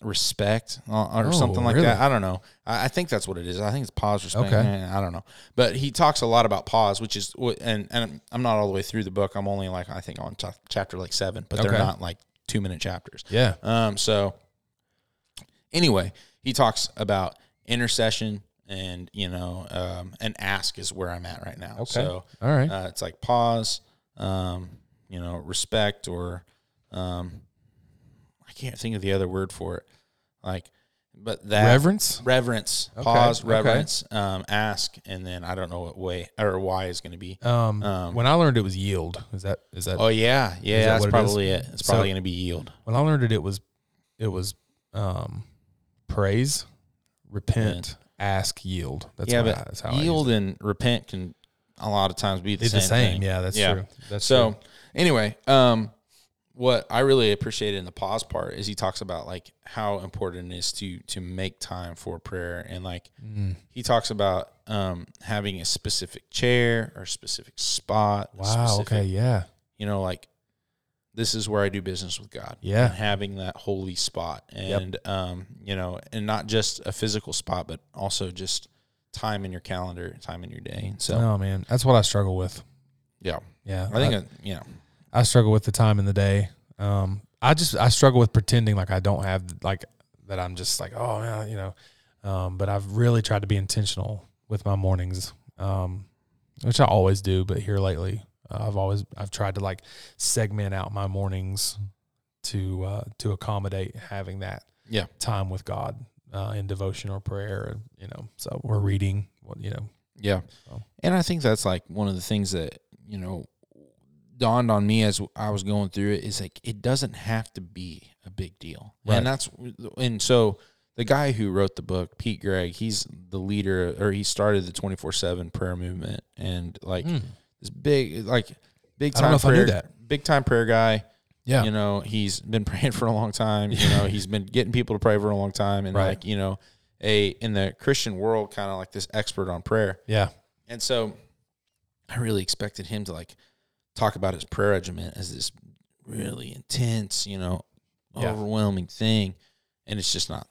respect or, or
Oh,
something like
really?
that. I don't know. I, I think that's what it is. I think it's pause respect.
Okay.
Eh, I don't know. But he talks a lot about pause, which is what, and, and I'm- I'm not all the way through the book. I'm only like, I think on cha- chapter like seven, but
Okay.
they're not like two minute chapters.
Yeah.
Um, so anyway, he talks about intercession and you know, um, and ask is where I'm at right now.
Okay.
So
All right.
uh, it's like pause, um, you know, respect or um, I can't think of the other word for it. Like, but that
Reverence?
reverence,
Okay,
pause,
okay.
reverence, um, ask, and then I don't know what way or why is going to be.
Um,
um,
when I learned it was yield. Is that is that
Oh yeah,
that
yeah, that's
what it is?
probably it. It's
So-
probably going to be yield.
when I learned it, it was it was um, praise, repent, ask, yield. That's
yeah,
what
but
I, that's how I
yield
use
and repent can a lot of times be the
it. It's
same.
the same.
thing.
Yeah, that's true. That's
so
true.
anyway, um, what I really appreciated in the pause part is he talks about like how important it is to to make time for prayer and like
Mm.
he talks about um having a specific chair or specific spot. a
wow.
specific-
Okay. Yeah.
You know, like this is where I do business with God.
Yeah.
And having that holy spot and um, you know, and not just a physical spot, but also just time in your calendar, time in your day. And so
No, man, that's what I struggle with.
yeah.
Yeah,
I think uh, you know,
I, I struggle with the time in the day. Um, I just I struggle with pretending like I don't have like that. I'm just like oh man, you know. Um, but I've really tried to be intentional with my mornings, um, which I always do. But here lately, uh, I've always I've tried to like segment out my mornings to uh, to accommodate having that
Yeah.
time with God uh, in devotion or prayer. You know, so we're reading. what You know,
Yeah.
So.
And I think that's like one of the things that, you know, dawned on me as I was going through it is like it doesn't have to be a big deal.
Right.
And that's and so the guy who wrote the book, Pete Gregg, he's the leader or he started the 24/7 prayer movement and like this big like big
Hmm. I don't
time
know if I knew
prayer
that.
big time prayer guy.
yeah,
You know, he's been praying for a long time. You know, he's been getting people to pray for a long time and
Right.
like, you know, a in the Christian world kind of like this expert on prayer.
yeah,
And so I really expected him to like talk about his prayer regimen as this really intense, you know,
Yeah.
overwhelming thing. And it's just not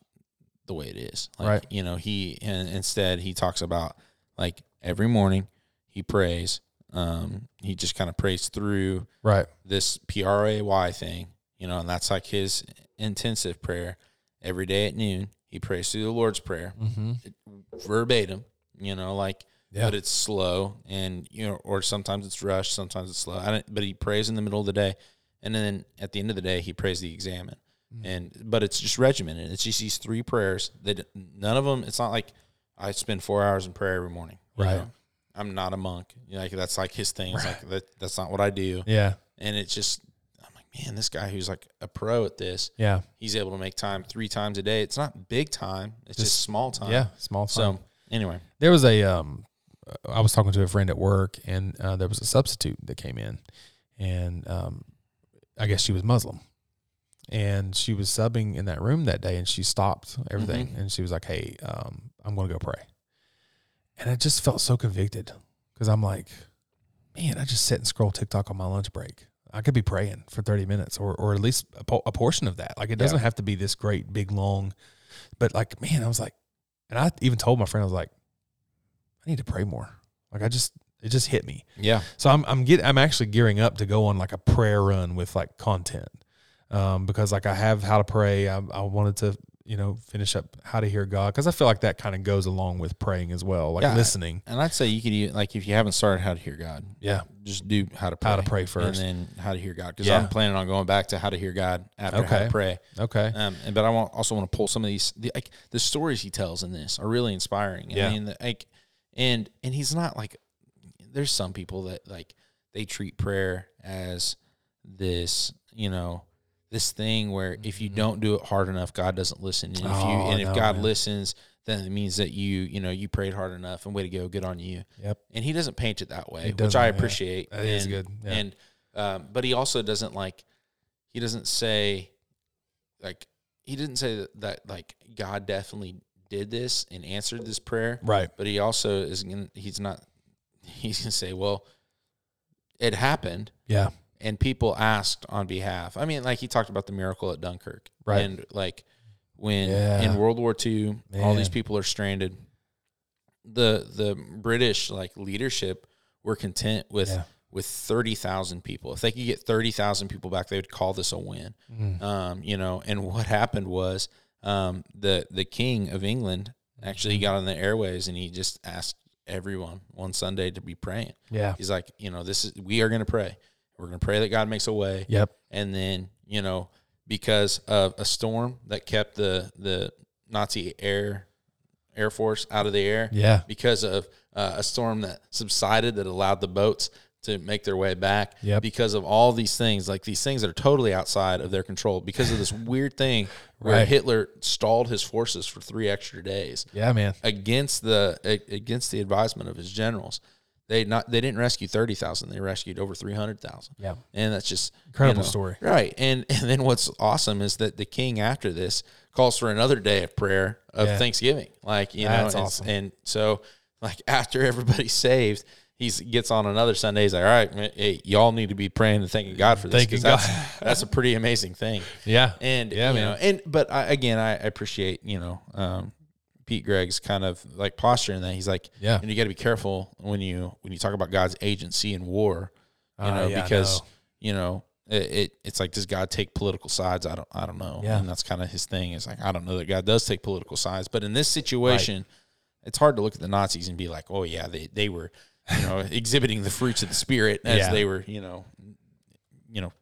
the way it is. Like,
Right.
you know, he and instead he talks about like every morning he prays. Um, he just kind of prays through
right,
this PRAY thing, you know, and that's like his intensive prayer every day at noon. He prays through the Lord's Prayer
mm-hmm.
verbatim, you know, like,
Yeah.
but it's slow and, you know, or sometimes it's rushed, sometimes it's slow. I don't, but he prays in the middle of the day. And then at the end of the day, he prays the examine.
Mm.
And, but it's just regimented. It's just these three prayers that none of them, it's not like I spend four hours in prayer every morning. you
Right.
know? I'm not a monk. You know, like that's like his thing. It's like that, that's not what I do
yeah.
and it's just I'm man, this guy who's like a pro at this,
Yeah.
he's able to make time three times a day. It's not big time, it's just,
Just-
small time.
Yeah. Small.
So
So
anyway,
there was a um, I was talking to a friend at work, and uh, there was a substitute that came in, and um, I guess she was Muslim, and she was subbing in that room that day, and she stopped everything, and she was like, "Hey, um, I'm going to go pray," and I just felt so convicted because I'm like, man, I just sit and scroll TikTok on my lunch break. I could be praying for 30 minutes or, or at least a, po- a portion of that. Like it doesn't have to be this great, big, long, but like, man, I was like, and I even told my friend, I was like, I need to pray more. Like I just, it just hit me.
yeah,
So I'm, I'm get, I'm actually gearing up to go on like a prayer run with like content. Um, because like I have how to pray. I, I wanted to, you know, finish up how to hear God. Cause I feel like that kind of goes along with praying as well. Like
Yeah.
listening.
and I'd say you could even like if you haven't started how to hear God,
Yeah.
just do how to pray.
How to pray first.
and then how to hear God. Because
Yeah.
I'm planning on going back to how to hear God after how
Okay.
to pray.
Okay.
Um, and, but I want, also want to pull some of these the, like the stories he tells in this are really inspiring.
Yeah.
I mean, the- like, and and he's not like there's some people that like they treat prayer as this you know this thing where if you don't do it hard enough, God doesn't listen. And if
Mm-hmm. Oh,
you and if
no,
God
man.
listens, then it means that you you know you prayed hard enough and way to go, good on you.
Yep.
And he doesn't paint it that
He
way, which
doesn't,
I
yeah.
appreciate.
That is
and,
good, yeah.
And um, but he also doesn't like he doesn't say like he didn't say that, that like God definitely did this and answered this prayer,
Right.
but he also is gonna, he's not he's gonna say, well, it happened
Yeah.
and people asked on behalf. I mean, like he talked about the miracle at Dunkirk,
Right.
And like when
Yeah.
in World War II, all these
Man.
people are stranded. The the British like leadership were content with
Yeah.
with thirty thousand people. If they could get thirty thousand people back, they would call this a win.
Mm.
Um, you know, and what happened was um, the the King of England
Mm-hmm.
actually got on the airways and he just asked everyone one Sunday to be praying.
Yeah.
He's like, you know, this is we are going to pray. We're going to pray that God makes a way.
Yep.
And then, you know, because of a storm that kept the the Nazi air air force out of the air.
Yeah.
Because of uh, a storm that subsided that allowed the boats to make their way back.
Yep.
Because of all these things, like these things that are totally outside of their control because of this weird thing where
Right.
Hitler stalled his forces for 3 extra days
Yeah, man.
against the a- against the advisement of his generals. They not they didn't rescue thirty thousand. They rescued over three hundred thousand.
Yeah.
and that's just you
Incredible story.
right? And and then what's awesome is that the king after this calls for another day of prayer of
Yeah.
Thanksgiving. Like you
That's
know, and,
awesome.
and so like after everybody's saved. He gets on another Sunday. He's like, "All right, man, hey, y'all need to be praying and thanking God for this
Thanking
'cause that's that's a pretty amazing thing."
Yeah.
And
Yeah,
yeah, you
man.
know, and but I, again, I appreciate you know um, Pete Gregg's kind of like posture in that he's like,
Yeah.
and you got to be careful when you when you talk about God's agency in war, you
Ah,
know,
yeah, I
because
know.
you know it, it it's like does God take political sides? I don't I don't know,
Yeah.
and that's kind of his thing. It's like I don't know that God does take political sides, but in this situation, it's hard to look at the Nazis and be like, oh yeah, they they were you know exhibiting the fruits of the spirit as
Yeah.
they were you know you know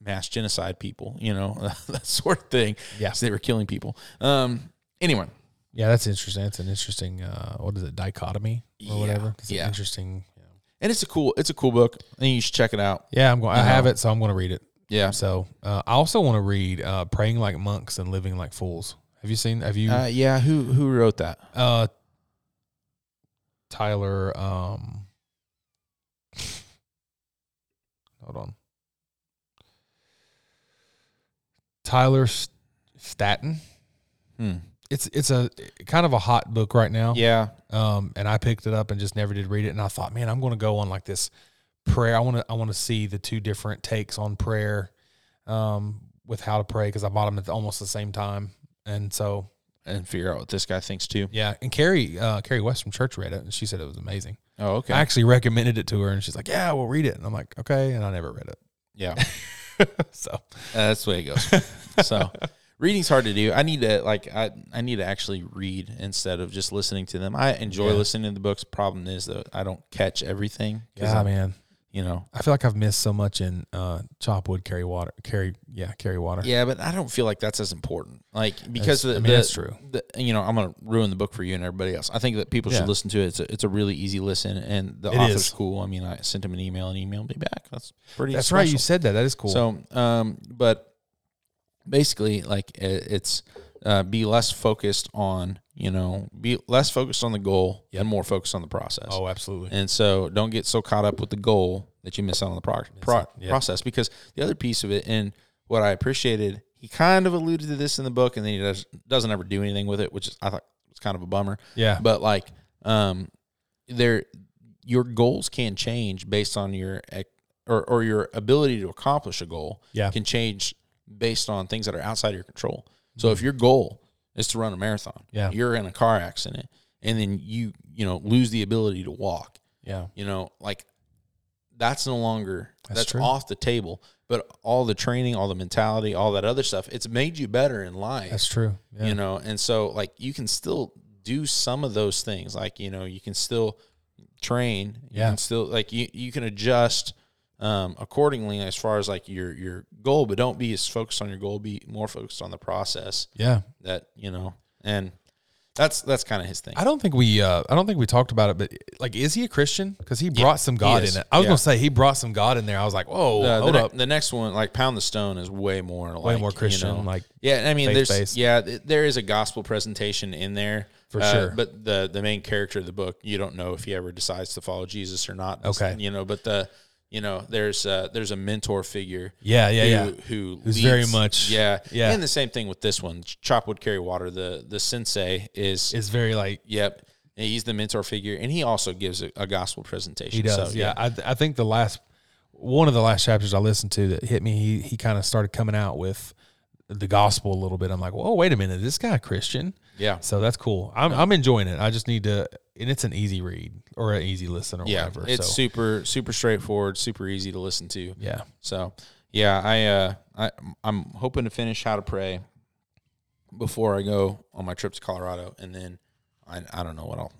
mass genocide people, you know, that sort of thing.
Yeah.
So they were killing people. Um, anyway,
Yeah, that's interesting. That's an interesting uh what is it, dichotomy or whatever? It's an
yeah.
interesting
and it's a cool, it's a cool book, and you should check it out.
Yeah, I'm going I
You
have
know.
it, so I'm gonna read it.
Yeah.
So uh, I also want to read uh Praying Like Monks and Living Like Fools. Have you seen have you
Uh,
uh,
yeah. Who who wrote that?
Tyler um Hold on. Tyler St- Staten.
Hmm.
It's it's a kind of a hot book right now.
Yeah.
um, and I picked it up and just never did read it. And I thought, man, I'm going to go on like this prayer. I want to I want to see the two different takes on prayer, um, with how to pray because I bought them at the- almost the same time. And so
And figure out what this guy thinks too.
yeah, and Carrie uh, Carrie West from church read it and she said it was amazing.
Oh, okay.
I actually recommended it to her and she's like, yeah, we'll read it. And I'm like, okay, and I never read it.
yeah.
so
that's the way it goes. so reading's hard to do. I need to like I, I need to actually read instead of just listening to them. I enjoy
Yeah.
listening to the books. Problem is though, I don't catch everything. 'cause
yeah,
I'm-
man,
you know.
I feel like I've missed so much in uh, chop wood, carry water, carry yeah, carry water.
Yeah, but I don't feel like that's as important. Like because
That's- I
the-
mean,
the-
that's true.
the- you know, I'm gonna ruin the book for you and everybody else. I think that people
Yeah.
should listen to it. It's a, it's a really easy listen, and the
It
author's
is.
cool. I mean, I sent him an email and he emailed me back. That's pretty.
That's right. You
special.
said that. That is cool.
So, um, but basically, like i- it's uh, be less focused on you know be less focused on the goal and more focused on the process.
oh, absolutely.
And so don't get so caught up with the goal that you miss out on the pro- pro-
yeah.
process because the other piece of it and what I appreciated, he kind of alluded to this in the book and then he does, doesn't ever do anything with it, which is, I thought was kind of a bummer.
Yeah.
But like, um, there, your goals can change based on your, ec- or, or your ability to accomplish a goal
Yeah.
can change based on things that are outside your control. So if your goal is to run a marathon,
Mm-hmm. Yeah.
you're in a car accident and then you, you know, lose the ability to walk
yeah.
you know like that's no longer
That's
that's,
true.
off the table but all the training all the mentality all that other stuff it's made you better in life
That's true. Yeah.
you know and so like you can still do some of those things like you know you can still train you
Yeah.
can still like you, you can adjust um, accordingly as far as like your your goal but don't be as focused on your goal be more focused on the process
yeah.
that you know and that's that's kind of his thing
I don't think we uh I don't think we talked about it, but like is he a Christian? Because he brought some God
is.
in it. I was
Yeah.
gonna say he brought some God in there. I was like, whoa,
Uh, the,
hold
ne-
up.
the next one, like Pound the Stone, is way more like,
Way more Christian,
You know,
like
yeah, I mean, there's
faith-based.
yeah, th- there is a gospel presentation in there uh,
For sure.
But the the main character of the book, you don't know if he ever decides to follow Jesus or not.
Okay.
you know, but the you know there's uh, there's a mentor figure.
Yeah, yeah, yeah.
who, Who
Who's
leads-
very much-
yeah
yeah.
And the same thing with this one, Chop Wood Carry Water. The the sensei is
It's very like
yep. and He's the mentor figure, and he also gives a, a gospel presentation.
he does.
So,
yeah. I th- I think the last one of the last chapters I listened to that hit me, he he kind of started coming out with the gospel a little bit. I'm like, whoa, wait a minute, is this guy a Christian?
yeah.
So that's cool. I'm I'm enjoying it. I just need to and it's an easy read or an easy listen or
yeah,
whatever.
It's
so
super super straightforward, super easy to listen to.
yeah.
So yeah, I uh I I'm hoping to finish How to Pray before I go on my trip to Colorado, and then I I don't know what I'll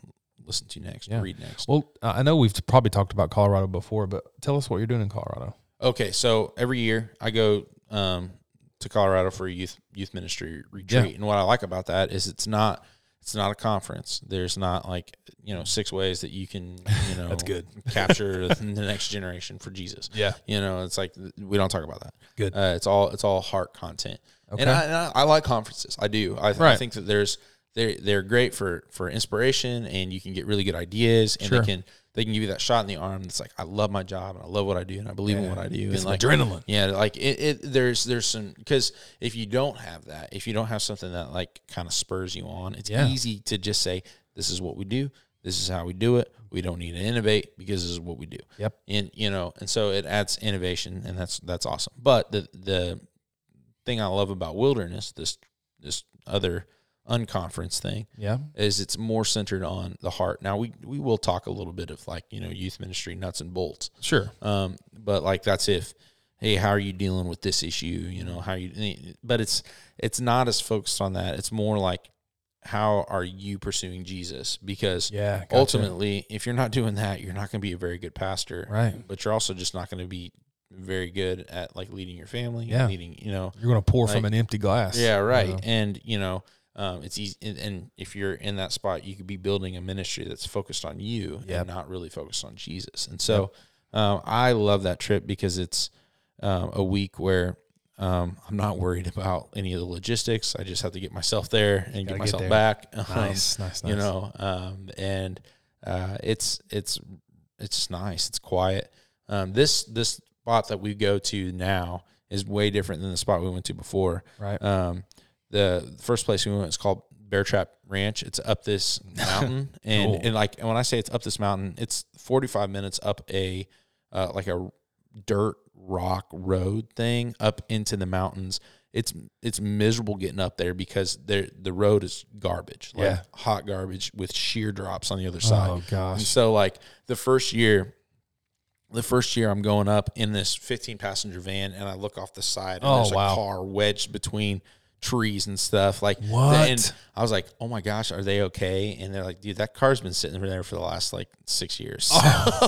listen to next,
Yeah.
read next.
Well, I I know we've probably talked about Colorado before, but tell us what you're doing in Colorado.
Okay, so every year I go um to Colorado for a youth youth ministry retreat,
Yeah.
and what I like about that is it's not. It's not a conference. There's not like you know six ways that you can you know
That's good.
capture the next generation for Jesus.
Yeah.
You know, it's like th- we don't talk about that.
Good.
Uh, it's all it's all heart content.
Okay.
And, I, and I, I like conferences. I do. I, I
Right.
think that there's they're they're great for for inspiration, and you can get really good ideas, and
Sure.
they can they can give you that shot in the arm. That's like I love my job, and I love what I do, and I believe in what I do. and
some
like
adrenaline.
Yeah, like it, it there's there's some because if you don't have that, if you don't have something that like kind of spurs you on, it's
Yeah.
easy to just say this is what we do. This is how we do it. We don't need to innovate because this is what we do
Yep.
and you know and so it adds innovation and that's that's awesome but the the thing i love about wilderness this this other unconference thing
Yeah.
is it's more centered on the heart now we we will talk a little bit of like you know youth ministry nuts and bolts
Sure.
um but like that's if hey how are you dealing with this issue you know how you but it's it's not as focused on that it's more like how are you pursuing jesus because
Yeah. gotcha.
ultimately, if you're not doing that, you're not going to be a very good pastor,
Right.
But you're also just not going to be very good at like leading your family,
Yeah.
leading, you know,
You're gonna pour from
Like-
an empty glass.
yeah, right.
know.
And you know, um, it's easy. And, and if you're in that spot, you could be building a ministry that's focused on you
Yep.
and not really focused on Jesus. And so, um, I love that trip because it's um, a week where. Um, I'm not worried about any of the logistics. I just have to get myself there and
Gotta
get
get
myself
there.
back. Um,
Nice. Nice. Nice.
you know um, and uh, it's it's it's just nice it's quiet um, this this spot that we go to now is way different than the spot we went to before
Right.
um, the first place we went is called bear trap ranch it's up this mountain and,
Cool.
and like and when i say it's up this mountain it's 45 minutes up a uh, like a dirt rock road thing up into the mountains. It's it's miserable getting up there because there the road is garbage, like
Yeah.
hot garbage with sheer drops on the other side.
Oh,
And
gosh.
so like the first year, the first year I'm going up in this 15 passenger van, and I look off the side, and
Oh,
there's
wow.
a car wedged between trees and stuff. Like
What?
And I was like, oh my gosh, are they okay? And they're like, dude, that car's been sitting there for the last like six years.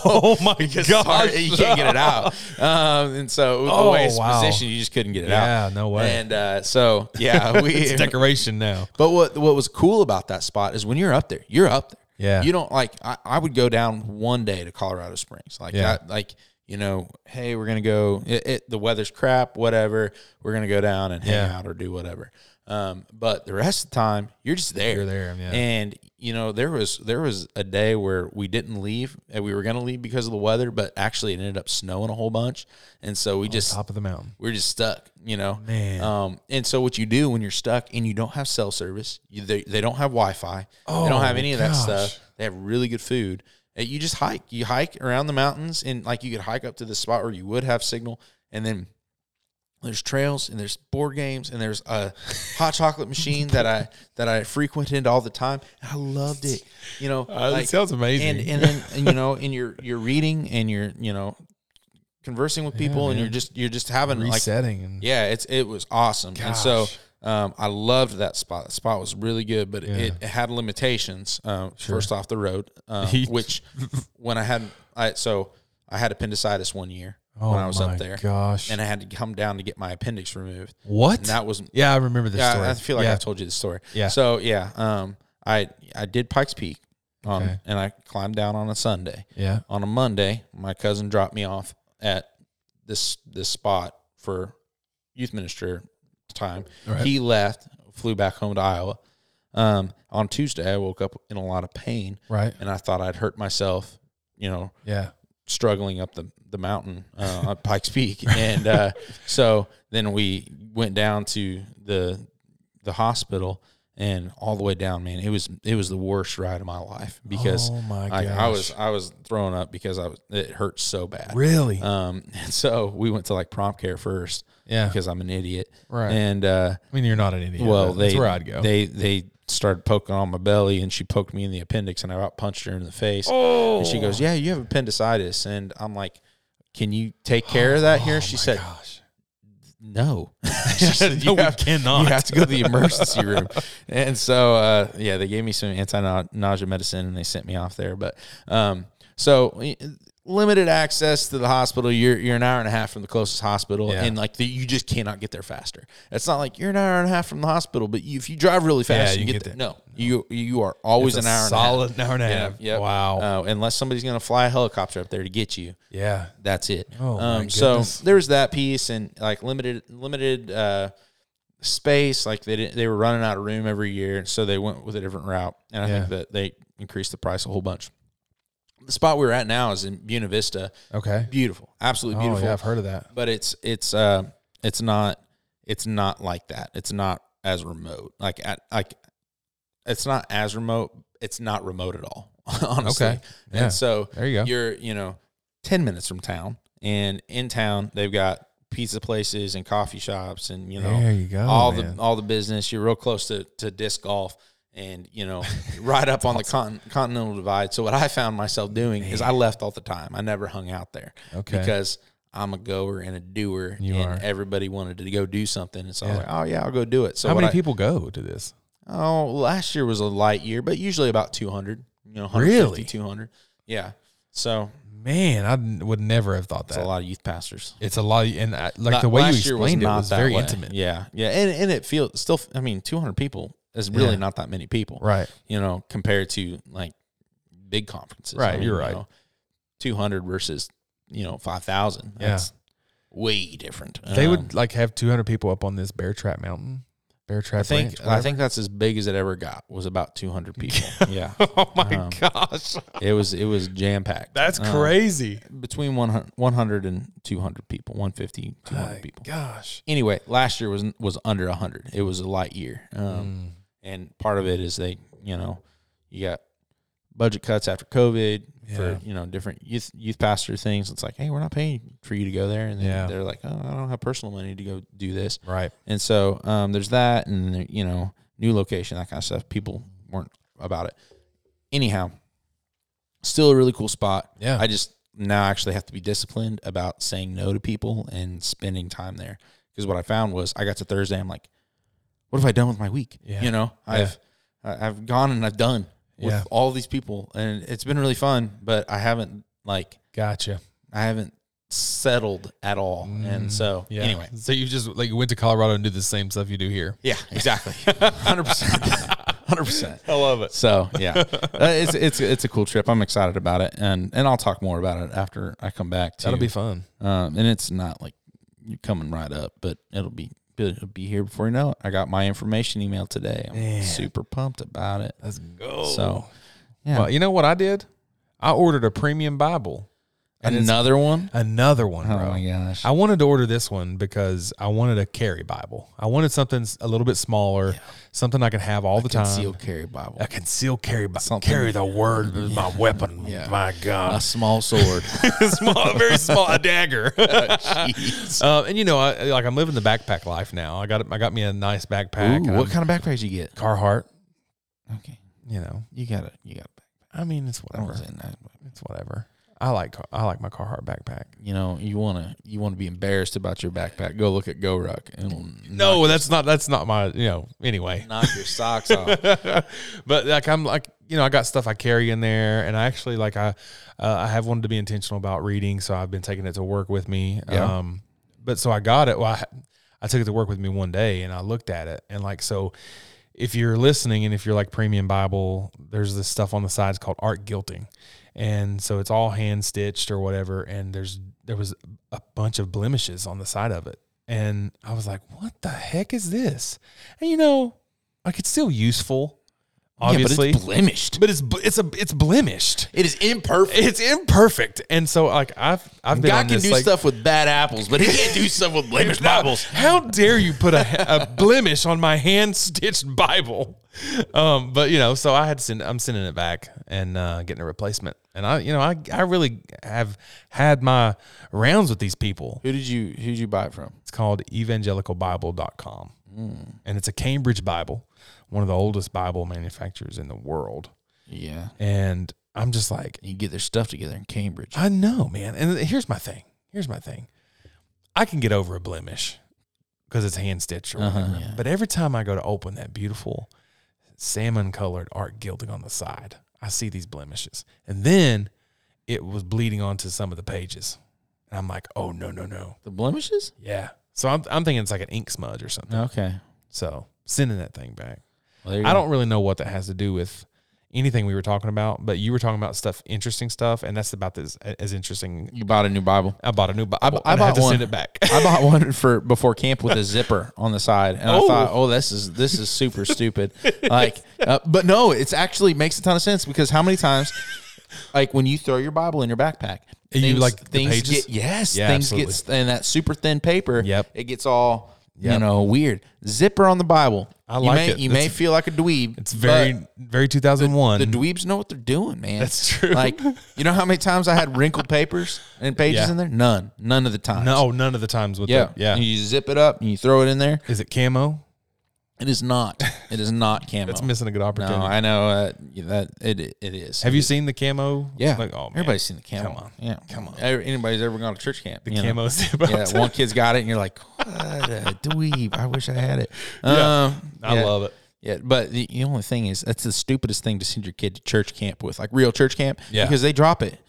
Oh my
It's
god!
hard- you can't get it out. Um, and so with the
Oh,
way it's
wow.
positioned, you just couldn't get it
Yeah,
out.
no way.
And uh, so yeah, we
It's decoration now.
But what what was cool about that spot is when you're up there, you're up there.
Yeah.
You don't like I, I would go down one day to Colorado Springs. Like
Yeah.
that like you know, hey, we're gonna go. It, it, the weather's crap, whatever. We're gonna go down and hang
Yeah.
out or do whatever. Um, but the rest of the time, you're just there.
You're there, yeah.
And you know, there was there was a day where we didn't leave, and we were gonna leave because of the weather, but actually it ended up snowing a whole bunch, and so
Oh,
we just
Top of the mountain.
we're just stuck, you know.
Man.
Um, and so what you do when you're stuck and you don't have cell service, you, they they don't have Wi-Fi, they don't have
Oh,
any of
gosh.
that stuff. They have really good food. Uh, You just hike. You hike around the mountains, and like you could hike up to the spot where you would have signal, and then there's trails and there's board games and there's a hot chocolate machine that I that I frequented all the time. I loved it. You know,
Uh, that sounds amazing.
And and then and, you know, and you're you're reading and you're you know conversing with people and
man.
you're just you're just having like
Resetting and
yeah, it's it was awesome. And so
Gosh.
um, I loved that spot. That spot was really good, but it, it had limitations. Um, First off, the road, um,
He-
which when I had I so I had appendicitis one year
oh
when I was
my
up there,
gosh!
and I had to come down to get my appendix removed.
what?
And that was
yeah, I remember this
yeah,
story.
I feel like
yeah.
I've told you the story.
Yeah.
So yeah, um, I I did Pikes Peak, on,
Okay.
and I climbed down on a Sunday.
yeah.
On a Monday, my cousin dropped me off at this this spot for youth minister time.
Right.
He left, flew back home to Iowa. Um, on Tuesday, I woke up in a lot of pain,
Right.
and I thought I'd hurt myself. You know,
Yeah.
struggling up the the mountain uh, on Pikes Peak, and uh, so then we went down to the the hospital and all the way down. Man, it was it was the worst ride of my life because
Oh my
I, I was
gosh.
I was throwing up because I was it hurt so bad.
Really?
Um, and so we went to like prompt care first
yeah.
because I'm an idiot,
Right.
And uh,
I mean, you're not an idiot.
well,
but
they
that's where I'd go.
they they started poking on my belly, and she poked me in the appendix, and I about punched her in the face. Oh, and she goes, "Yeah, you have appendicitis," and I'm like, "Can you take care of that here?" She said,
Oh gosh.
"No." she said,
No, we cannot."
You have to go to the emergency room." And so, uh, yeah, they gave me some anti-nausea medicine, and they sent me off there. But um, so. eh, Limited access to the hospital. You're you're an hour and a half from the closest hospital,
Yeah.
and like the, you just cannot get there faster. It's not like you're an hour and a half from the hospital, but you, if you drive really fast,
Yeah,
you,
you
get,
get
there.
there.
No, you you are always
It's
an
a
hour
solid
and a half.
hour and a half.
Yeah, yep.
Wow.
Uh, unless somebody's gonna fly a helicopter up there to get you,
Yeah.
that's it.
Oh, my
um, so
goodness.
there was that piece and like limited limited uh, space. Like they didn't, they were running out of room every year, so they went with a different route. And I think
Yeah.
that they increased the price a whole bunch. The spot we're at now is in Buena Vista.
Okay.
Beautiful, absolutely
Oh,
beautiful
yeah, I've heard of that.
but it's it's uh it's not it's not like that. It's not as remote. Like at like it's not as remote. It's not remote at all. Honestly.
Okay. Yeah.
And so
There you go.
You're you know ten minutes from town, and in town they've got pizza places and coffee shops, and you know
There you go,
all
man.
the all the business. You're real close to to disc golf. And you know, right up on the con- continental divide. So what I found myself doing is I left all the time. I never hung out there
Okay.
because I'm a goer and a doer,
You
and
are.
everybody wanted to go do something, and so I was
Yeah.
like, "Oh yeah, I'll go do it." So
How
what
many
I-
people go to this?
Oh, last year was a light year, but usually about 200. You know, 150,
Really?
200. Yeah, so
Man, I n- would never have thought
it's
that.
a lot of youth pastors.
It's a lot, and I, like
La-
the way you
last year
explained it
not
was
that
very
way.
intimate.
Yeah, yeah, and and it feels still. I mean, 200 people is really
Yeah.
not that many people,
Right.
You know, compared to like big conferences. I
Right,
mean,
you're
you
right.
know, 200 versus you know 5,000.
Yeah.
That's way different.
They
Um,
would like have 200 people up on this Bear Trap Mountain. Bear Trap
I think
Ranch,
I
whatever.
think that's as big as it ever got was about 200 people. yeah,
Oh my
Um,
gosh,
it was it was jam packed.
that's crazy!
Between 100, 100 and 200 people, 150, 200
My
people.
gosh,
Anyway, last year was was under 100. It was a light year,
Mm.
um, and part of it is they you know you got budget cuts after COVID
Yeah.
for you know different youth youth pastor things. It's like hey, we're not paying for you to go there, and then
Yeah.
they're like, oh, I don't have personal money to go do this.
right?
And so um, there's that, and you know, new location, that kind of stuff. People weren't about it. Anyhow, still a really cool spot.
Yeah.
I just now actually have to be disciplined about saying no to people and spending time there because what I found was I got to Thursday, I'm like, what have I done with my week?
Yeah.
You know, I've I- I've gone and I've done with
Yeah.
all these people, and it's been really fun. But I haven't like
Gotcha.
I haven't settled at all, and so
Mm. Yeah.
anyway,
so you just like went to Colorado and did the same stuff you do here.
yeah, exactly, hundred percent, hundred percent.
I love it.
So yeah, Uh, it's it's it's a cool trip. I'm excited about it, and and I'll talk more about it after I come back. Too.
That'll be fun.
Um, and it's not like you're coming right up, but it'll be it'll be here before you know it. I got my information email today. I'm super pumped about it.
Let's go.
Mm. So yeah,
Well, you know what I did? I ordered a premium Bible.
another one.
Another one,
Oh
bro.
my gosh.
I wanted to order this one because I wanted a carry Bible. I wanted something s- a little bit smaller, something I could have all the time.
Concealed carry Bible.
a concealed carry Bible.
Something-
Carry the word as my weapon. My
A
God.
small sword.
small, very small, a dagger. Uh, and you know, I, like I'm living the backpack life now. I got I got me a nice backpack.
Ooh,
and
what
I'm-
kind of backpack did you get?
Carhartt?
Okay,
You know,
you got it. You got it.
I mean, it's
I
whatever.
was in that.
It's whatever. I like Car- I like my Carhartt backpack.
You know, you wanna you wanna be embarrassed about your backpack. Go look at GoRuck and it'll
No, that's not that's not my you know. Anyway,
knock your socks off.
but like I'm like you know I got stuff I carry in there, and I actually like I uh, I have wanted to be intentional about reading, so I've been taking it to work with me.
Yeah.
Um, but so I got it. Well, I, I took it to work with me one day, and I looked at it, and like so. If you're listening and if you're like Premium Bible, there's this stuff on the sides called art guilting. And so it's all hand stitched or whatever. And there's there was a bunch of blemishes on the side of it. And I was like, what the heck is this? And you know, like it's still useful, obviously.
yeah, but it's blemished.
but it's bl- it's a it's blemished.
It is imperfect.
It's imperfect, and so like I've I've been on
God can
this,
do
like,
stuff with bad apples, but he can't do stuff with blemished Bibles.
How dare you put a, a blemish on my hand stitched Bible? Um, but you know, so I had to send. I'm sending it back and uh, getting a replacement. And I, you know, I I really have had my rounds with these people.
Who did you who did you buy it from?
It's called evangelicalbible.com. And it's a Cambridge Bible, one of the oldest Bible manufacturers in the world.
Yeah.
And I'm just like,
You get their stuff together in Cambridge.
I know, man. And here's my thing. Here's my thing. I can get over a blemish because it's hand stitched or whatever. But every time I go to open that beautiful salmon colored art gilding on the side, I see these blemishes. And then it was bleeding onto some of the pages. And I'm like, oh, no, no, no.
The blemishes?
Yeah. So I'm, I'm thinking it's like an ink smudge or something.
Okay.
So sending that thing back.
Well, there you
I
go.
don't really know what that has to do with anything we were talking about, but you were talking about stuff, interesting stuff, and that's about this as interesting
You bought a new Bible.
I bought a new Bible.
I
I,
bought
had to
one.
send it back.
I bought one for before camp with a zipper on the side, and I
Oh.
thought, "Oh, this is this is super stupid." Like, uh, but no, it's actually makes a ton of sense because how many times, like when you throw your Bible in your backpack,
And you like the
things
pages?
get yes,
Yeah,
things
absolutely.
get and that super thin paper.
Yep.
it gets all you
Yep.
know weird. Zipper on the Bible.
I like
you may,
it.
You may
It's-
feel like a dweeb.
It's very, very 2001.
The dweebs know what they're doing, man.
That's true.
Like, you know how many times I had wrinkled papers and pages
Yeah.
in there? None. None of the times.
no, oh, none of the times with
Yeah,
the- yeah.
And you zip it up and you throw it in there.
Is it camo?
It is not. It is not camo.
That's missing a good
No,
opportunity.
I know uh, yeah, that it it is.
Have you seen the camo?
Yeah,
Like, oh, man.
everybody's seen the camo.
Come on.
yeah, come on. Anybody's ever gone to church camp? The
camo zip up.
Yeah, one kid's got it, and you're like, what a dweeb. I wish I had it.
Yeah,
Um,
I
yeah.
love it.
Yeah, but the, the only thing is, that's the stupidest thing to send your kid to church camp with, like real church camp.
Yeah.
because they drop it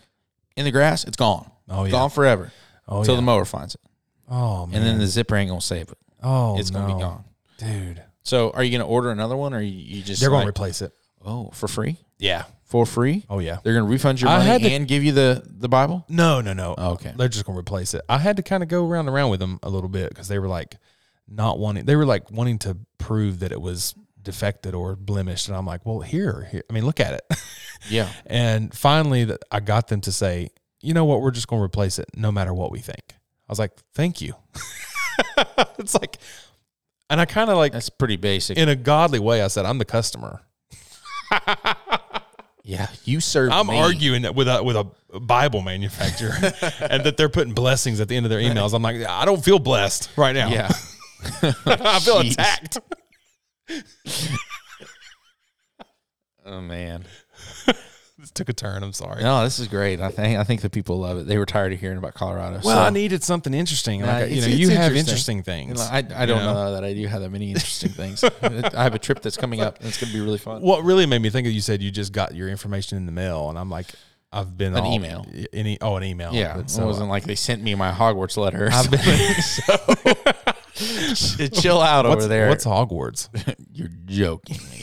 in the grass, it's gone.
Oh, yeah.
gone forever.
Oh,
until
yeah.
the mower finds it,
Oh man.
and then the zipper ain't gonna save it.
oh,
It's gonna
no.
be gone.
dude.
So, are you gonna order another one, or you, you just
They're gonna
like-
replace it.
Oh, for free?
Yeah.
For free?
Oh yeah.
They're gonna refund your
I
money
had to-
and give you the the Bible?
No, no, no.
Oh, Okay.
They're just gonna replace it. I had to kind of go around and around with them a little bit because they were like not wanting. They were like wanting to prove that it was defected or blemished, and I'm like, well, here, here. I mean, look at it.
Yeah.
And finally, th- I got them to say, you know what, we're just going to replace it no matter what we think. I was like, thank you. it's like, and I kind of like,
That's pretty basic.
in a godly way, I said, I'm the customer.
yeah. You serve
I'm
me.
arguing that with a, with a Bible manufacturer and that they're putting blessings at the end of their emails. I'm like, I don't feel blessed right now.
Yeah.
I feel
Jeez.
attacked.
Oh man.
this took a turn. I'm sorry.
No, this is great. I think I think the people love it. They were tired of hearing about Colorado.
Well,
so-
I needed something interesting.
Nah,
Like, uh, you
it's-
know,
it's
you have
interesting.
interesting
And
things.
I, I don't know? that I do have that many interesting things. I have a trip that's coming up. And it's going to be really fun.
What really made me think of you said you just got your information in the mail, and I'm like, I've been
An
all-
email.
Any oh, an email.
yeah,
But
it
So, uh,
wasn't like they sent me my Hogwarts letter.
I've been
So, chill out
what's,
over there.
What's Hogwarts?
You're joking me.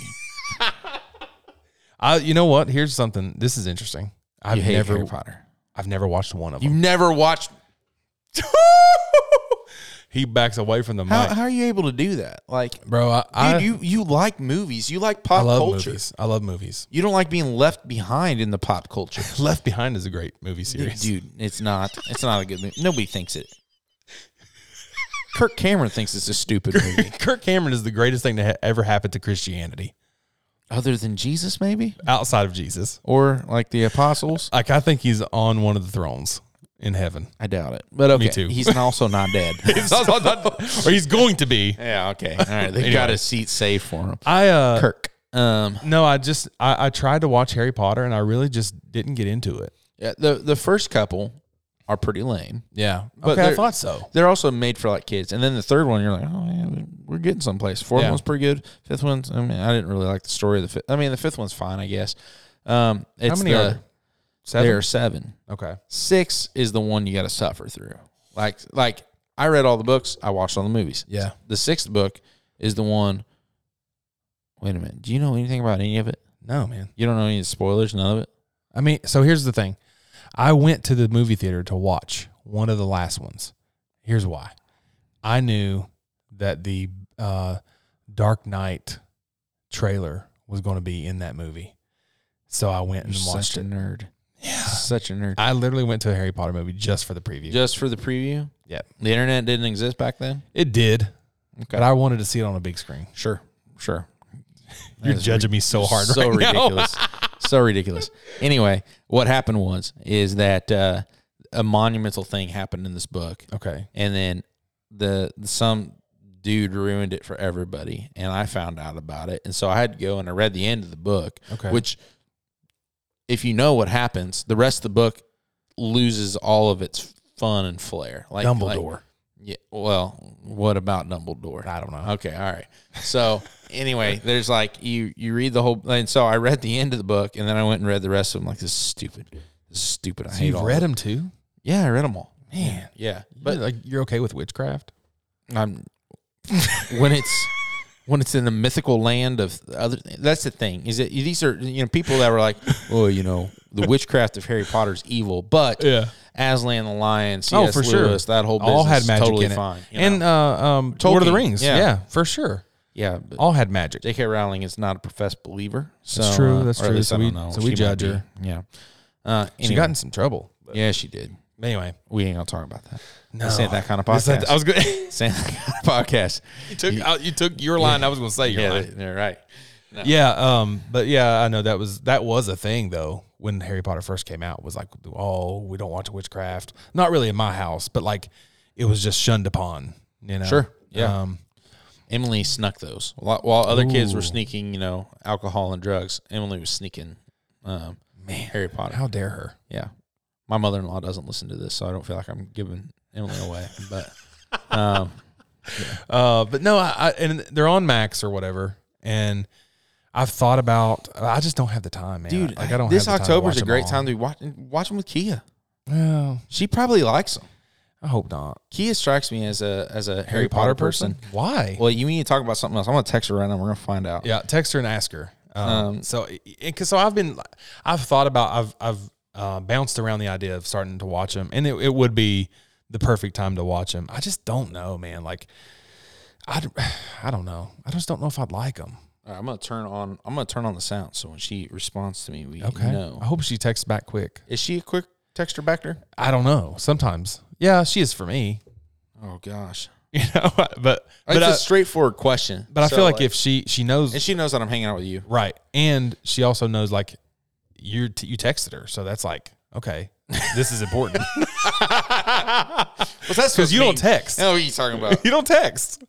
I, you know what? Here's something. This is interesting. I've
You hate
never,
Harry Potter.
I've never watched one of
You
them.
never watched.
he backs away from the mic,
How, how are you able to do that? Like, dude,
bro. I, I,
you you like movies. You like pop
I love
culture.
movies. I love movies.
You don't like being left behind in the pop culture.
Left Behind is a great movie series.
Dude, it's not. It's not a good movie. Nobody thinks it. Kirk Cameron thinks it's a stupid movie.
Kirk Cameron is the greatest thing that ha- ever happened to Christianity
Other than Jesus, maybe,
outside of Jesus.
or like the apostles.
Like I think he's on one of the thrones in heaven,
I doubt it. But okay,
too.
he's also not dead.
or he's going to be.
yeah. Okay. All right. They
Anyway.
got a seat saved for him.
I uh,
Kirk. Um.
no, I just I, I tried to watch Harry Potter and I really just didn't get into it.
yeah, The the first couple are pretty lame.
Yeah,
But
okay, I
they're-
thought so.
They're also made for like kids. And then the third one, you're like, oh yeah, we're getting someplace. Fourth
Yeah.
one's pretty good. Fifth one's, I mean, I didn't really like the story of the fifth. I mean, the fifth one's fine, I guess. Um, it's
many
the-
are there? Seven?
There are seven.
Okay,
Six is the one you got to suffer through. Like, like I read all the books. I watched all the movies.
yeah.
The sixth book is the one. Wait a minute. Do you know anything about any of it?
No, man.
You don't know any of the spoilers, none of it.
I mean, so here's the thing. I went to the movie theater to watch one of the last ones. Here's why. I knew that the uh, Dark Knight trailer was going to be in that movie. So I went and
You're
watched
such a
it.
nerd. Yeah, such a nerd.
I literally went to a Harry Potter movie just for the preview.
Just for the preview.
yeah.
The internet didn't exist back then.
It did. But I wanted to see it on a big screen.
Sure, sure.
You're
is
judging me so hard
so
right now.
ridiculous so ridiculous anyway what happened was is that uh, a monumental thing happened in this book
Okay.
and then the some dude ruined it for everybody and i found out about it and so i had to go and i read the end of the book
Okay.
which if you know what happens the rest of the book loses all of its fun and flair like like-
Dumbledore.
yeah. Well, what about Dumbledore? I don't know. Okay. All right. So anyway, there's like you you read the whole and so I read the end of the book and then I went and read the rest of them. Like this is stupid. This is stupid. I hate
You've
all
read
of it.
them too?
Yeah, I read them all.
Man.
Yeah,
But
but
like you're okay with witchcraft?
I'm when it's when it's in the mythical land of other. That's the thing is that these are you know people that were like, oh, you know, the witchcraft of Harry Potter's evil, but
Yeah.
Aslan the Lion, C.S.
Oh, for sure.
Lewis, that whole business
All had magic
totally
in it.
fine. you
and
know?
uh, um, Lord of the
Tolkien,
Rings.
yeah.
Yeah. for sure.
yeah, but-
All had magic.
J.K. Rowling is not a professed believer. So,
That's true,
uh,
that's
or at
true.
least
So
I don't
we-
know.
so we
might
judge
be.
her.
Yeah. Uh,
She
anyway.
got in some trouble. But
Yeah, she did.
anyway,
We ain't gonna talk about that.
no,
This ain't that kind of
This ain't-
podcast.
I was going.
Same podcast.
you took out, you took your line. I was going to say your
Yeah,
line.
they're right.
Yeah, um, but yeah, I know that was that was a thing though when Harry Potter first came out was like, oh, we don't watch witchcraft. Not really in my house, but like it was just shunned upon. You know,
Sure, yeah.
Um,
Emily snuck those Wh- while other kids were
Ooh.
sneaking, you know, alcohol and drugs. Emily was sneaking, um, man, Harry Potter.
how dare her?
yeah, my mother-in-law doesn't listen to this, so I don't feel like I'm giving Emily away. But um,
Uh, but no, I, I and they're on Max or whatever, and I've thought about. I just don't have the time, man.
dude,
like I don't.
This
have the time to
October
watch
is a
them
great
all.
time to watch watch them with Kia.
Well,
She probably likes them.
I hope not.
Kia strikes me as a as a Harry, Potter, person.
Why?
Well, you need to talk about something else. I'm gonna text her right now. We're gonna find out.
Yeah, text her and ask her. Um, so because so I've been, I've thought about, I've I've uh, bounced around the idea of starting to watch them, and it, it would be the perfect time to watch them. I just don't know, man. Like, I I don't know. I just don't know if I'd like them.
All right, I'm gonna turn on. I'm gonna turn on the sound. So when she responds to me, we
Okay.
know.
I hope she texts back quick.
Is she a quick texter back there?
I don't know. Sometimes, yeah, she is for me.
Oh gosh,
You know, but but
it's
I,
a straightforward question.
but I
So,
feel like, if she she knows
and she knows that I'm hanging out with you.
right, and she also knows like you t- you texted her, so that's like okay, this is important.
Well, that's
because you don't text.
No, what are you talking about?
You don't text.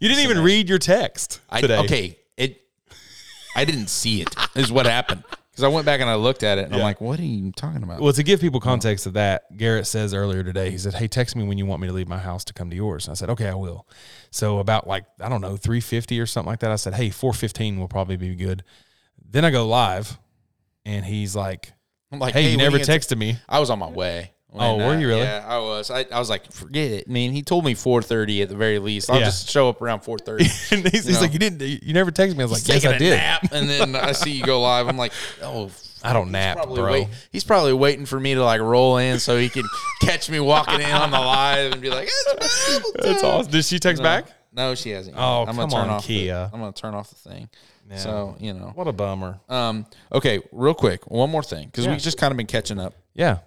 You didn't even read your text
I,
today.
Okay, it. I didn't see it. Is what happened. Because I went back and I looked at it and I'm
Yeah.
like, what are you talking about?
Well, to give
Oh.
people context of that, Garrett says earlier today, he said, "Hey, text me when you want me to leave my house to come to yours." And I said, "Okay, I will." So about like I don't know, three fifty or something like that. I said, "Hey, four fifteen will probably be good." Then I go live, and he's like,
I'm like,
"Hey,
when
you never
get to-"
texted me."
I was on my way.
Oh, were you really?
Yeah, I was. I, I was like, forget it. I mean, he told me 4:30 at the very least. I'll
Yeah.
just show up around 4:30.
And he's, he's
No.
like, "You didn't. You never texted me." I was like,
Taking
"Yes, I
a
did."
nap, and then I see you go live. I'm like, oh,
I don't nap,
probably
bro.
wait. He's probably waiting for me to like roll in so he can catch me walking in on the live and be like, it's Bible time.
That's awesome. Did she text back?
No, she hasn't. yet.
Oh,
gonna
come
turn
on,
off the-
Kia.
I'm gonna turn off the thing. So you know,
What a bummer.
um, okay, real quick, one more thing because we've just kind of been catching up.
Yeah,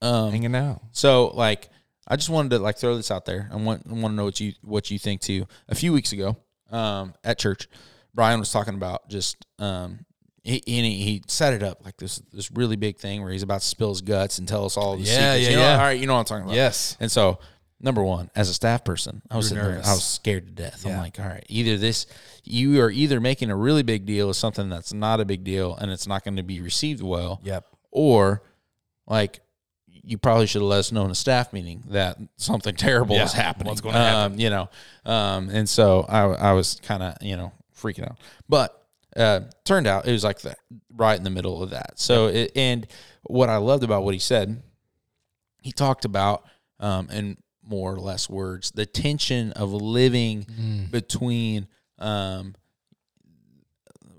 Um,
hanging out.
So like, I just wanted to like throw this out there. I want I want to know what you what you think too. A few weeks ago, um, at church, Brian was talking about just um, he and he, he set it up like this this really big thing where he's about to spill his guts and tell us all the
Yeah,
secrets.
yeah,
you know,
yeah.
All right, you know what I'm talking about.
Yes.
And so, number one, as a staff person, I was sitting there,
nervous.
I was scared to death. I'm like, all right, either this, you are either making a really big deal of something that's not a big deal and it's not going to be received well.
Yep.
Or, like, you probably should have let us know in a staff meeting that something terrible
Yeah,
is happening.
what's gonna happen.
Um, you know, um, and so I, I was kind of, you know, freaking out. But uh, turned out it was like the, right in the middle of that. So, it, and what I loved about what he said he talked about um, in more or less words the tension of living
Mm.
between um,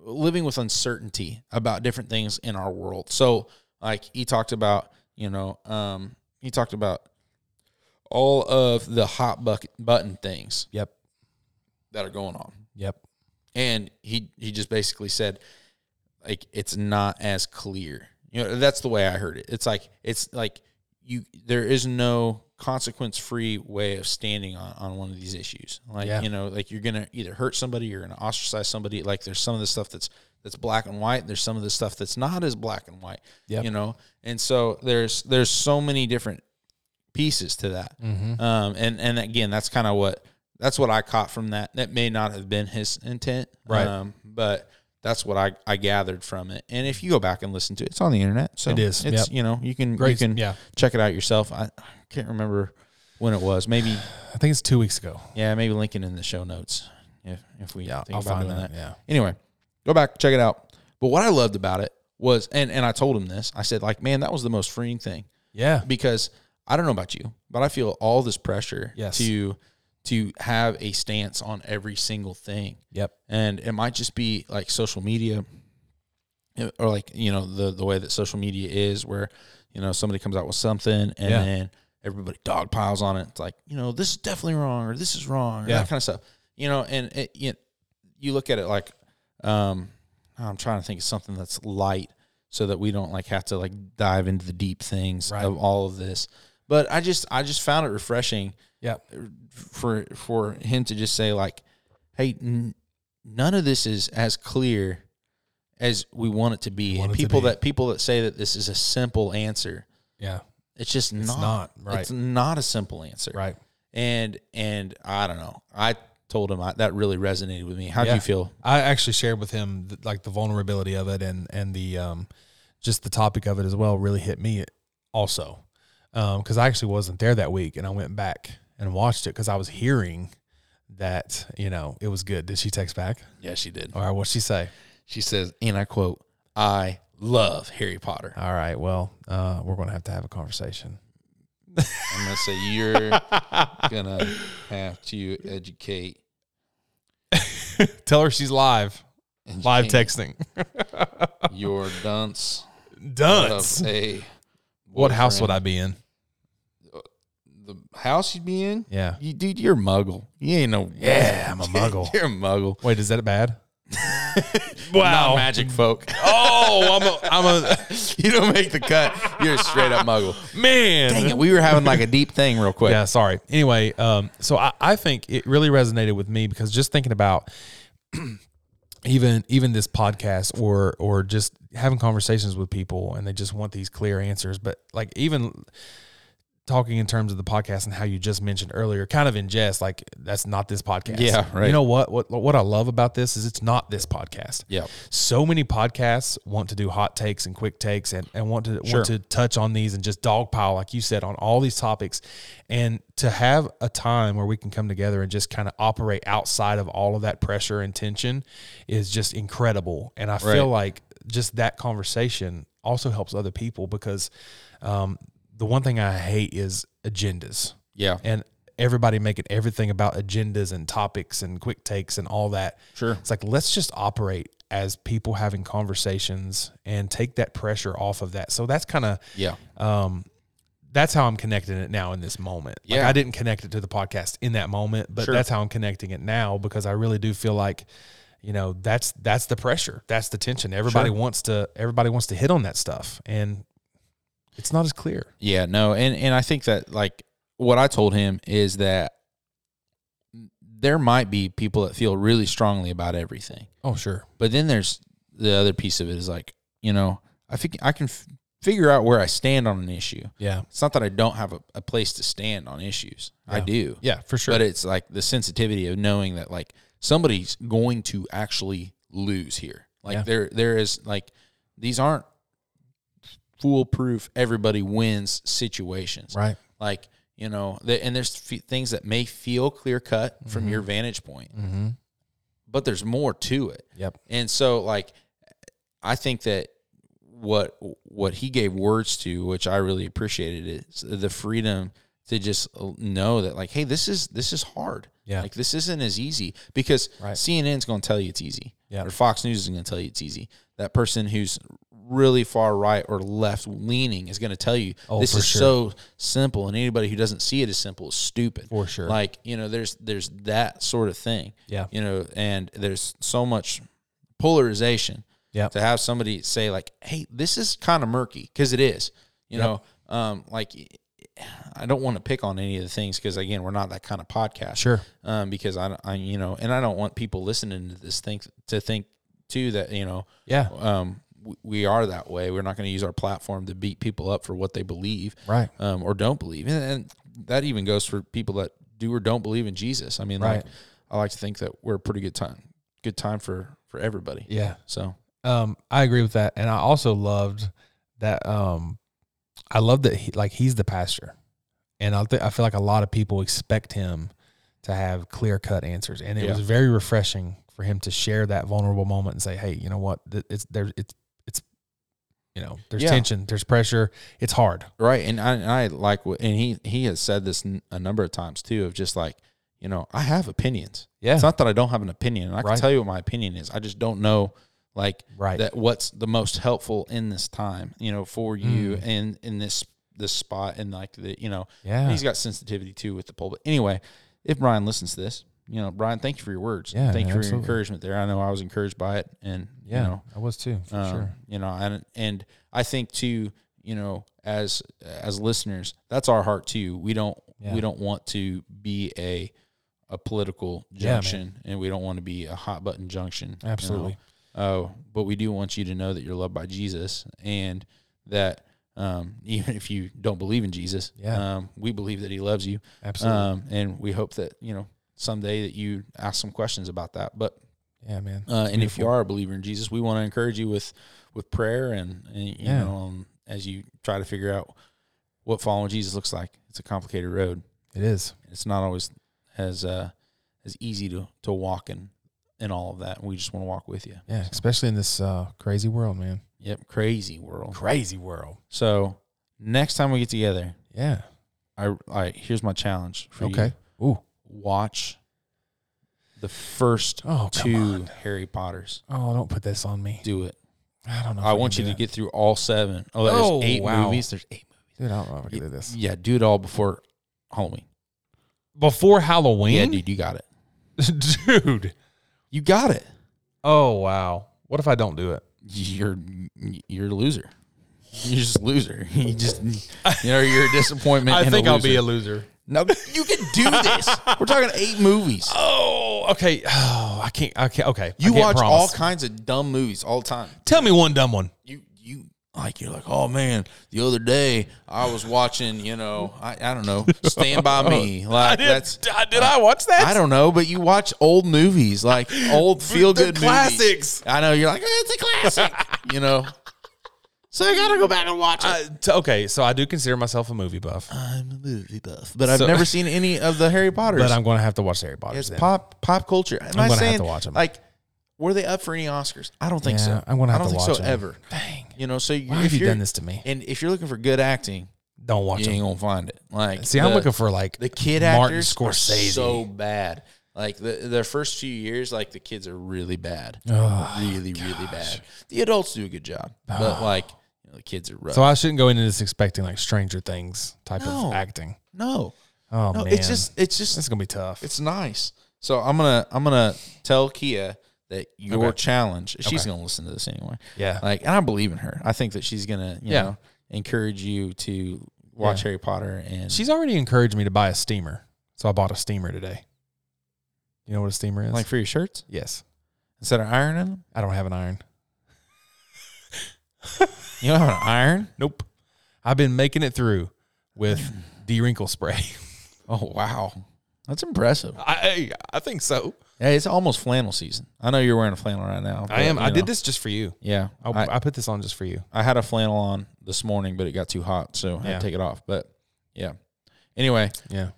living with uncertainty about different things in our world so like he talked about you know um, he talked about all of the hot bucket button things
Yep.
that are going on
Yep.
and he he just basically said like it's not as clear you know that's the way i heard it it's like it's like you there is no consequence free way of standing on, on one of these issues like
Yeah.
you know like you're gonna either hurt somebody you're gonna ostracize somebody like there's some of the stuff that's that's black and white there's some of the stuff that's not as black and white
Yep.
you know and so there's there's so many different pieces to that.
Mm-hmm.
Um, and and again, that's kind of what that's what I caught from that. That may not have been his intent,
Right.
Um, but that's what I, I gathered from it. And if you go back and listen to it, it's on the internet. So
It is,
It's
yep.
you know you can
Great,
you can
yeah.
check it out yourself. I, I can't remember when it was. Maybe
I think it's two weeks ago.
yeah, maybe Lincoln in the show notes if if we think
I'll
about
find
doing
that,
that.
yeah.
Anyway, go back check it out. But what I loved about it was, and and I told him this. I said like, man, that was the most freeing thing
Yeah.
because I don't know about you, but I feel all this pressure
Yes.
to to have a stance on every single thing.
Yep.
And it might just be like social media eh, or like, you know, the the way that social media is where, you know, somebody comes out with something and
Yeah.
then everybody dog piles on it. It's like, you know, this is definitely wrong or this is wrong or
Yeah.
that kind of stuff. You know, and it, you, you look at it like um I'm trying to think of something that's light so that we don't like have to like dive into the deep things
Right.
of all of this. But I just I just found it refreshing
Yep.
for for him to just say like, "Hey, n- none of this is as clear as we want it to be." And
Want it to
people
be.
that people that say that this is a simple answer,
Yeah.
it's just not.
not, right.
It's not a simple answer.
Right.
And and I don't know. I told him I, that really resonated with me. How do
Yeah.
you feel?
I actually shared with him th- like the vulnerability of it and and the um just the topic of it as well really hit me also because I actually wasn't there that week and I went back and watched it because I was hearing that you know it was good. Did she text back
Yeah, she did.
All right, what'd she say?
She says, and I quote, "I love Harry Potter."
All right, well uh, we're gonna have to have a conversation.
I'm gonna say you're gonna have to educate.
Tell her she's live, live
educate
texting.
your dunce
Dunce.
of a
What house would
boyfriend.
I be in?
the house you'd be in?
Yeah.
You, dude, you're a muggle. You ain't no
Yeah, I'm a muggle.
you're a muggle.
Wait, is that bad?
Not magic folk.
Oh, I'm a, I'm a
you don't make the cut. You're a straight up muggle.
man.
Dang it, we were having like a deep thing real quick.
Yeah, sorry. Anyway, um, so I, I think it really resonated with me because just thinking about even even this podcast or or just having conversations with people and they just want these clear answers, but like even talking in terms of the podcast and how you just mentioned earlier, kind of in jest, like that's not this podcast.
Yeah, right.
You know what? What what I love about this is it's not this podcast.
Yeah.
So many podcasts want to do hot takes and quick takes and, and want to
Sure.
want to touch on these and just dogpile, like you said, on all these topics. And to have a time where we can come together and just kind of operate outside of all of that pressure and tension is just incredible. And I
Right.
feel like just that conversation also helps other people because um, the one thing I hate is agendas
Yeah.
and everybody making everything about agendas and topics and quick takes and all that.
Sure.
It's like, let's just operate as people having conversations and take that pressure off of that. So that's kind of,
Yeah.
um, that's how I'm connecting it now in this moment. Like
Yeah.
I didn't connect it to the podcast in that moment, but
Sure.
that's how I'm connecting it now because I really do feel like, you know, that's that's the pressure, that's the tension. Everybody
Sure.
wants to everybody wants to hit on that stuff, and it's not as clear.
Yeah, no, and and I think that like what I told him is that there might be people that feel really strongly about everything,
Oh sure,
but then there's the other piece of it is like you know I think I can f- figure out where I stand on an issue.
yeah,
It's not that I don't have a, a place to stand on issues. I
Yeah.
do.
yeah, for sure.
But it's like the sensitivity of knowing that like somebody's going to actually lose here. Like
Yeah.
there there is like these aren't foolproof everybody wins situations.
right,
Like, you know, the, and there's f- things that may feel clear cut from your vantage point,
mm-hmm.
but there's more to it.
Yep.
And so like I think that what what he gave words to, which I really appreciated is the freedom to just know that like hey, this is this is hard.
Yeah.
Like this isn't as easy because
Right.
CNN's going to tell you it's easy.
Yeah.
Or Fox News is going to tell you it's easy. That person who's really far right or left leaning is going to tell you
Oh,
this
for
is
sure.
so simple and anybody who doesn't see it as simple is stupid.
For sure.
Like, you know, there's there's that sort of thing
Yeah.
you know, and there's so much polarization.
Yep.
To have somebody say like, "Hey, this is kind of murky," because it is. You
Yep.
know, um, like I don't want to pick on any of the things because again, we're not that kind of podcast.
Sure.
Um, because I, I, you know, and I don't want people listening to this think to think too that you know,
Yeah.
um, we, we are that way. We're not going to use our platform to beat people up for what they believe
Right.
um, or don't believe. And, and that even goes for people that do or don't believe in Jesus. I mean, like,
Right.
I like to think that we're a pretty good time, good time for for everybody.
Yeah.
So
Um, I agree with that, and I also loved that. Um, I love that he like he's the pastor, and I think I feel like a lot of people expect him to have clear cut answers, and it
Yeah.
was very refreshing for him to share that vulnerable moment and say, "Hey, you know what? Th- It's there. It's it's you know, there's
Yeah.
tension, there's pressure. It's hard.
right, and I, and I like what, and he he has said this n- a number of times too, of just like you know, I have opinions.
Yeah.
It's not that I don't have an opinion. I can
Right.
tell you what my opinion is. I just don't know like
Right.
that what's the most helpful in this time, you know, for you and in this this spot and like the you know
Hmm. yeah.
he's got sensitivity too with the poll. But anyway, if Brian listens to this, you know, Brian, thank you for your words.
Yeah,
thank you
man,
for
absolutely.
your encouragement there. I know I was encouraged by it, and
yeah.
you know,
I was too. For
um,
sure.
you know, and and I think too, you know, as as listeners, that's our heart too. We don't
Yeah.
we don't want to be a a political
Yeah, man.
junction, and we don't want to be a hot button junction. you know.
Absolutely.
Oh, but we do want you to know that you're loved by Jesus and that um, even if you don't believe in Jesus,
Yeah.
um, we believe that he loves you.
Absolutely.
Um, and we hope that, you know, someday that you ask some questions about that. But,
yeah, man.
uh, and if you
Beautiful.
are a believer in Jesus, we want to encourage you with, with prayer and, and you
Yeah.
know, um, as you try to figure out what following Jesus looks like. It's a complicated road.
It is.
It's not always as, uh, as easy to, to walk in, in all of that. And we just want to walk with you.
Yeah, especially in this uh, crazy world, man.
Yep. Crazy world.
Crazy world.
So next time we get together,
Yeah.
I, I here's my challenge for you.
Okay. Ooh.
Watch the first
Oh,
two
come on.
Harry Potters.
Oh, don't put this on me.
Do it.
I don't know. if
I
can
want you
do
to
that.
get through all seven. Oh,
Oh,
there's eight
wow.
movies. There's eight movies.
Dude, I don't know if I can do this
Yeah, do it all before Halloween.
before
Yeah,
Halloween,
dude, you got it.
dude.
You got it.
Oh wow. What if I don't do it?
You're you're a loser. You're just a loser. You just you know you're a disappointment. and a loser.
loser.
no. You can do this. We're talking eight movies.
Oh, okay. Oh, I can't. I can't. Okay. I
You
can't
watch
promise.
all kinds of dumb movies all the time.
Tell me one dumb one.
You you Like you're like, oh man, the other day I was watching, you know, I, I don't know, Stand by Me. Like
did,
that's
I, did I watch that?
I don't know, but you watch old movies, like old feel good
classics.
I know you're like, eh, it's a classic, you know. So I gotta go back and watch it.
I- t- okay, so I do consider myself a movie buff,
I'm a movie buff, but I've
So-
never seen any of the Harry Potters.
but I'm going to have to watch Harry Potter.
it's pop pop culture. Am i
gonna have
saying
to watch 'em.
like were they up for any Oscars? I don't think
Yeah,
so.
I'm gonna have
I don't
to
think
watch
so
'em.
ever.
Dang,
You know, so
why
if
have you
you're-
done this to me?
And if you're looking for good acting,
Don't watch
you ain't
them.
gonna find it. Like
See, I'm
the-
looking for like
the kid
Martin
actors
Scorsese.
are so bad. Like the, their first few years, like the kids are really bad,
oh
really really bad. The adults do a good job, but like you know, the kids are rough.
Ah. So I shouldn't go into this expecting like Stranger Things type
No.
of acting.
no,
Oh
no,
man,
it's just it's just
this is gonna be tough.
It's nice. So I'm gonna I'm gonna tell Kia that your
Okay.
challenge. She's
Okay.
gonna listen to this anyway.
Yeah.
Like, and I believe in her. I think that she's gonna you
Yeah.
know encourage you to watch
Yeah.
Harry Potter and
She's already encouraged me to buy a steamer, so I bought a steamer today. You know what a steamer is?
like for your shirts
yes,
instead of ironing them.
I don't have an iron.
You don't have an iron.
Nope, I've been making it through with de wrinkle spray.
Oh wow, that's impressive.
I I think so.
Hey, it's almost flannel season. I know you're wearing a flannel right now.
I am.
but,
I
you know.
did this Oh, just for you.
Yeah,
I,
I,
I put this on just for you.
I had a flannel on this morning, but it got too hot, so I had
Yeah.
to take it off. But yeah. Anyway,
Yeah.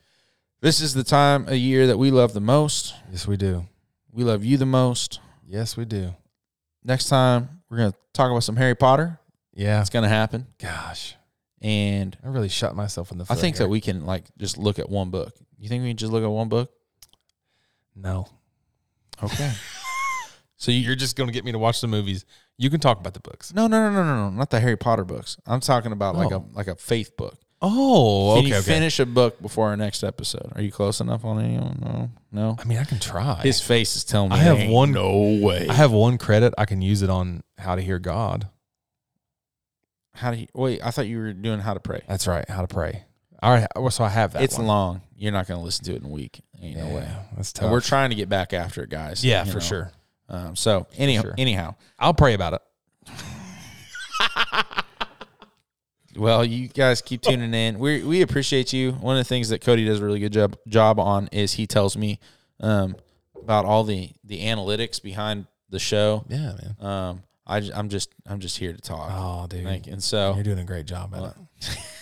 this is the time of year that we love the most.
Yes, we do.
We love you the most.
Yes, we do.
Next time, we're going to talk about some Harry Potter.
Yeah.
It's going to happen.
Gosh,
And
I really shot myself in the
I
foot.
think
here.
that we can, like, just look at one book. You think we can just look at one book?
no.
Okay.
So you're just gonna get me to watch the movies. You can talk about the books.
no, no, no, no, no, no. Not the Harry Potter books. I'm talking about, like, a
Oh.
like a faith book.
Oh,
Can you finish a book before our next episode? Are you close enough on any? No. No.
I mean, I can try.
His face is telling me.
I have
"Ain't
one-
No way.
I have one credit. I can use it on How to Hear God.
How do you. Wait, I thought you were doing how to pray.
That's right. How to pray. All right. well, So I have that.
it's
one.
long. You're not going to listen to it in a week. Ain't
Yeah,
no way.
That's tough.
And we're trying to get back after it, guys.
yeah,
you
for
know.
sure.
Um, so anyhow,
sure.
anyhow,
I'll pray about it.
well, you guys keep tuning in. We we appreciate you. One of the things that Cody does a really good job job on is he tells me um, about all the the analytics behind the show.
Yeah, man.
Um, I j- I'm just I'm just here to talk.
Oh, dude,
Like, and so
you're doing a great job at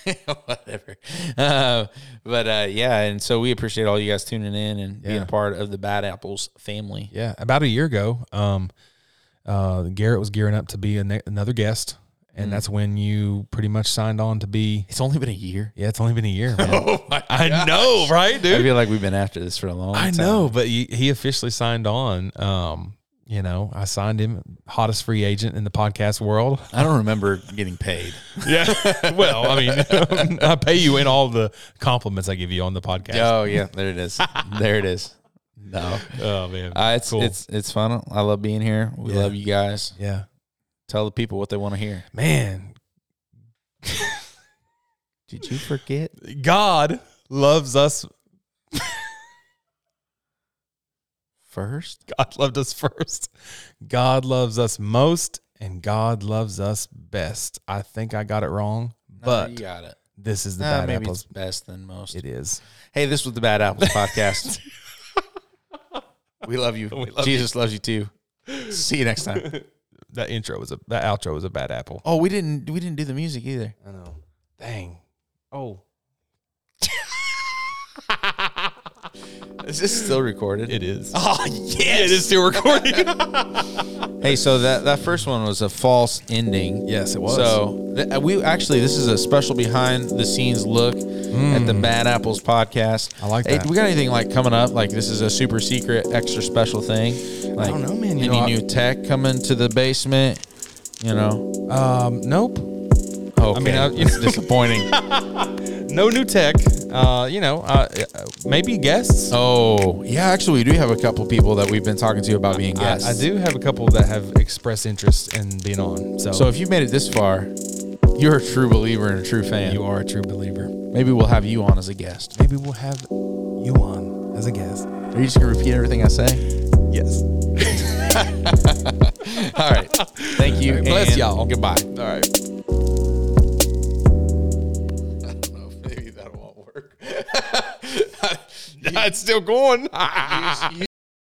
it.
whatever. Uh, but uh, yeah, and so we appreciate all you guys tuning in and being
Yeah.
a part of the Bad Apples family.
Yeah, about a year ago, um, uh, Garrett was gearing up to be a ne- another guest, and that's when you pretty much signed Mm-hmm. on to be.
It's only been a year.
Yeah, it's only been a year. Man. oh my I know, right, dude?
I feel like we've been after this for a long
I
time.
know, but he, he officially signed on. Um, you know, I signed him hottest free agent in the podcast world.
I don't remember getting paid.
Yeah. well, I mean, I pay you in all the compliments I give you on the podcast.
Oh yeah, there it is. there it is. No,
Oh man.
uh, it's it's it's fun. I love being here. We
Yeah.
love you guys.
yeah.
Tell the people what they want to hear.
Man,
Did you forget?
God loves us.
First,
God loved us first. God loves us most and God loves us best. I think I got it wrong,
you
but
got it.
this is the
Nah,
bad
maybe
apples.
it's best than most.
It is.
Hey, this was the Bad Apples podcast. we love you.
love
Jesus loves you too. See you next time.
That intro was a that outro was a bad apple.
oh, we didn't we didn't do the music either.
I know. Dang. Oh,
Is this still recorded?
it is.
Oh yeah, it is still recording. hey, so that that first one was a false ending.
Yes, it was.
So th- uh, we actually this is a special behind the scenes look at the Bad Apples podcast.
Mm. I like that.
we got anything like coming up? Like this is a super secret, extra special thing. Like,
don't know, man. You
Any
know, I-
new tech coming to the basement? You know.
um, nope.
Okay.
mean, I-
it's disappointing.
No new tech. Uh, you know, uh, uh, maybe guests.
oh yeah, actually we do have a couple people that we've been talking to about being
I,
guests.
I do have a couple that have expressed interest in being on. So,
So if you've made it this far, you're a true believer and a true fan.
you are a true believer,
Maybe we'll have you on as a guest.
maybe we'll have you on as a guest.
Are you just gonna repeat everything I say?
Yes.
All right. Thank you.
Bless
and
y'all.
Goodbye.
All right. it's still going.
You